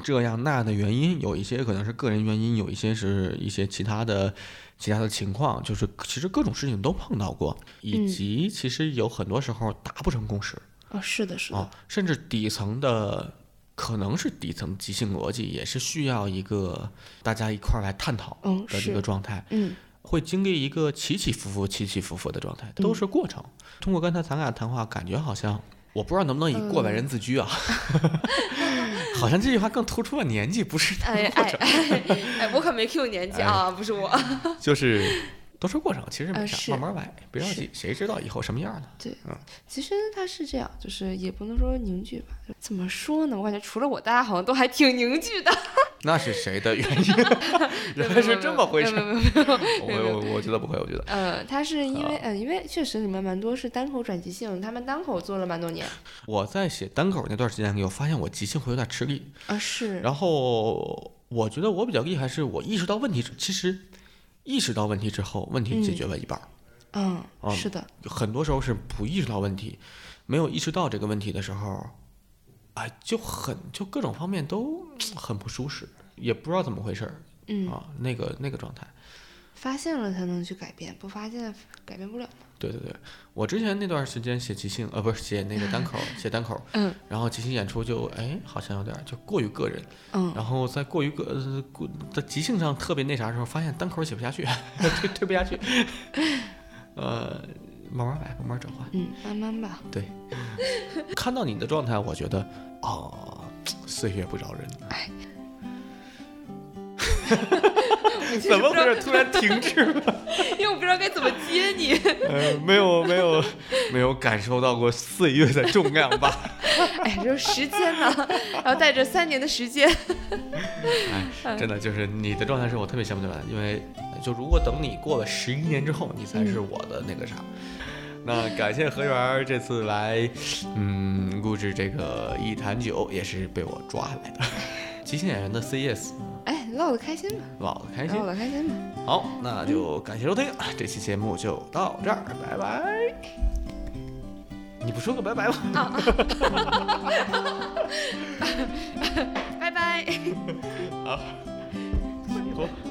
Speaker 1: 这样那的原因，有一些可能是个人原因，有一些是一些其他的其他的情况，就是其实各种事情都碰到过，以
Speaker 2: 嗯
Speaker 1: 及其实有很多时候达不成共识
Speaker 2: 哦，是的，是的，
Speaker 1: 啊，甚至底层的。可能是底层即性逻辑，也是需要一个大家一块儿来探讨
Speaker 2: 嗯，
Speaker 1: 的这
Speaker 2: 是
Speaker 1: 个，状态。
Speaker 2: 嗯，
Speaker 1: 会经历一个起起伏伏、起起伏伏的状
Speaker 2: 嗯
Speaker 1: 态，都是过程。通过刚才咱俩谈话，感觉好像我不知道能不能
Speaker 2: 嗯
Speaker 1: 以过来人自
Speaker 2: <laughs>
Speaker 1: 居啊，好像这句话更突出了年纪，不是它
Speaker 2: <laughs> 哎
Speaker 1: <laughs> 的过
Speaker 2: 哎
Speaker 1: 程，
Speaker 2: 哎，哎，我可没 Q 年纪
Speaker 1: 哎
Speaker 2: 啊，不是
Speaker 1: <laughs>
Speaker 2: 我，
Speaker 1: 就是都是过程，其实没
Speaker 2: <laughs> 呃
Speaker 1: 啥，
Speaker 2: 是
Speaker 1: 慢慢来，别着急，谁知道以后什么样
Speaker 2: <laughs>
Speaker 1: 呢？
Speaker 2: 其实它是这样，就是也不能说凝聚吧，怎么说呢？我感觉除了我，大家好像都还挺凝聚 <laughs> 的。
Speaker 1: 那是谁的原因？ <laughs> 原来是这么回事
Speaker 2: 没。有没
Speaker 1: <laughs>
Speaker 2: 有没有
Speaker 1: 我我我觉得不会，我觉得
Speaker 2: 呃，他是因为
Speaker 1: 好
Speaker 2: 呃，因为确实里面蛮多是单口转即兴，他们单口做了蛮多年
Speaker 1: 我在写单口那段时间里，我发现我即兴会有点吃力，
Speaker 2: 啊， <laughs> 是
Speaker 1: 然后我觉得我比较厉害，是我意识到问题之，其实意识到问题之后，问题解决了一半儿。
Speaker 2: 嗯
Speaker 1: 哦，
Speaker 2: 是的，
Speaker 1: 很多时候是不意识到问题，没有意识到这个问题的时候，哎，就很就各种方面都嗯很不舒适，也不知道怎么回事儿
Speaker 2: 嗯，
Speaker 1: 啊，那个那个状态。
Speaker 2: 发现了才能去改变，不发现改变不了。
Speaker 1: 对对对，我之前那段时间写即兴，呃，不是写那个单
Speaker 2: <laughs>
Speaker 1: 口，写单口，
Speaker 2: 嗯
Speaker 1: 然后即兴演出就哎，好像有点儿就过于个人，
Speaker 2: 嗯，
Speaker 1: 然后在过于个呃过在即兴上特别那啥的时候，发现单口写不下去，推推不下去，呃，慢慢来，慢慢转换。
Speaker 2: 嗯，慢慢吧。
Speaker 1: 对，看到你的状态，我觉得啊，岁月不饶人，啊 <laughs> 怎么回
Speaker 2: 因为我
Speaker 1: 事？突然停滞了？
Speaker 2: 不知道？因为我不知道该怎么接你。
Speaker 1: <laughs> 呃，没有，没有，没有感受到过岁月的重量吧？
Speaker 2: 哎，就是时间呢，然后带着三年的时间。
Speaker 1: 哎，真的就是你的状态是我特别羡慕的人，因为就如果等你过了十一年之后，你才是我的那个啥。那感谢何源儿这次来，嗯，录制这个一坛酒也是被我抓来的。即兴演员的 E CS，
Speaker 2: 哎，唠得开心吧，
Speaker 1: 老开心
Speaker 2: 唠。得开心吧。
Speaker 1: 好，那就感谢收听，这期节目就到这儿，拜拜。你不说个拜拜吗？ <laughs>
Speaker 2: 拜拜。
Speaker 1: 好，你说。哎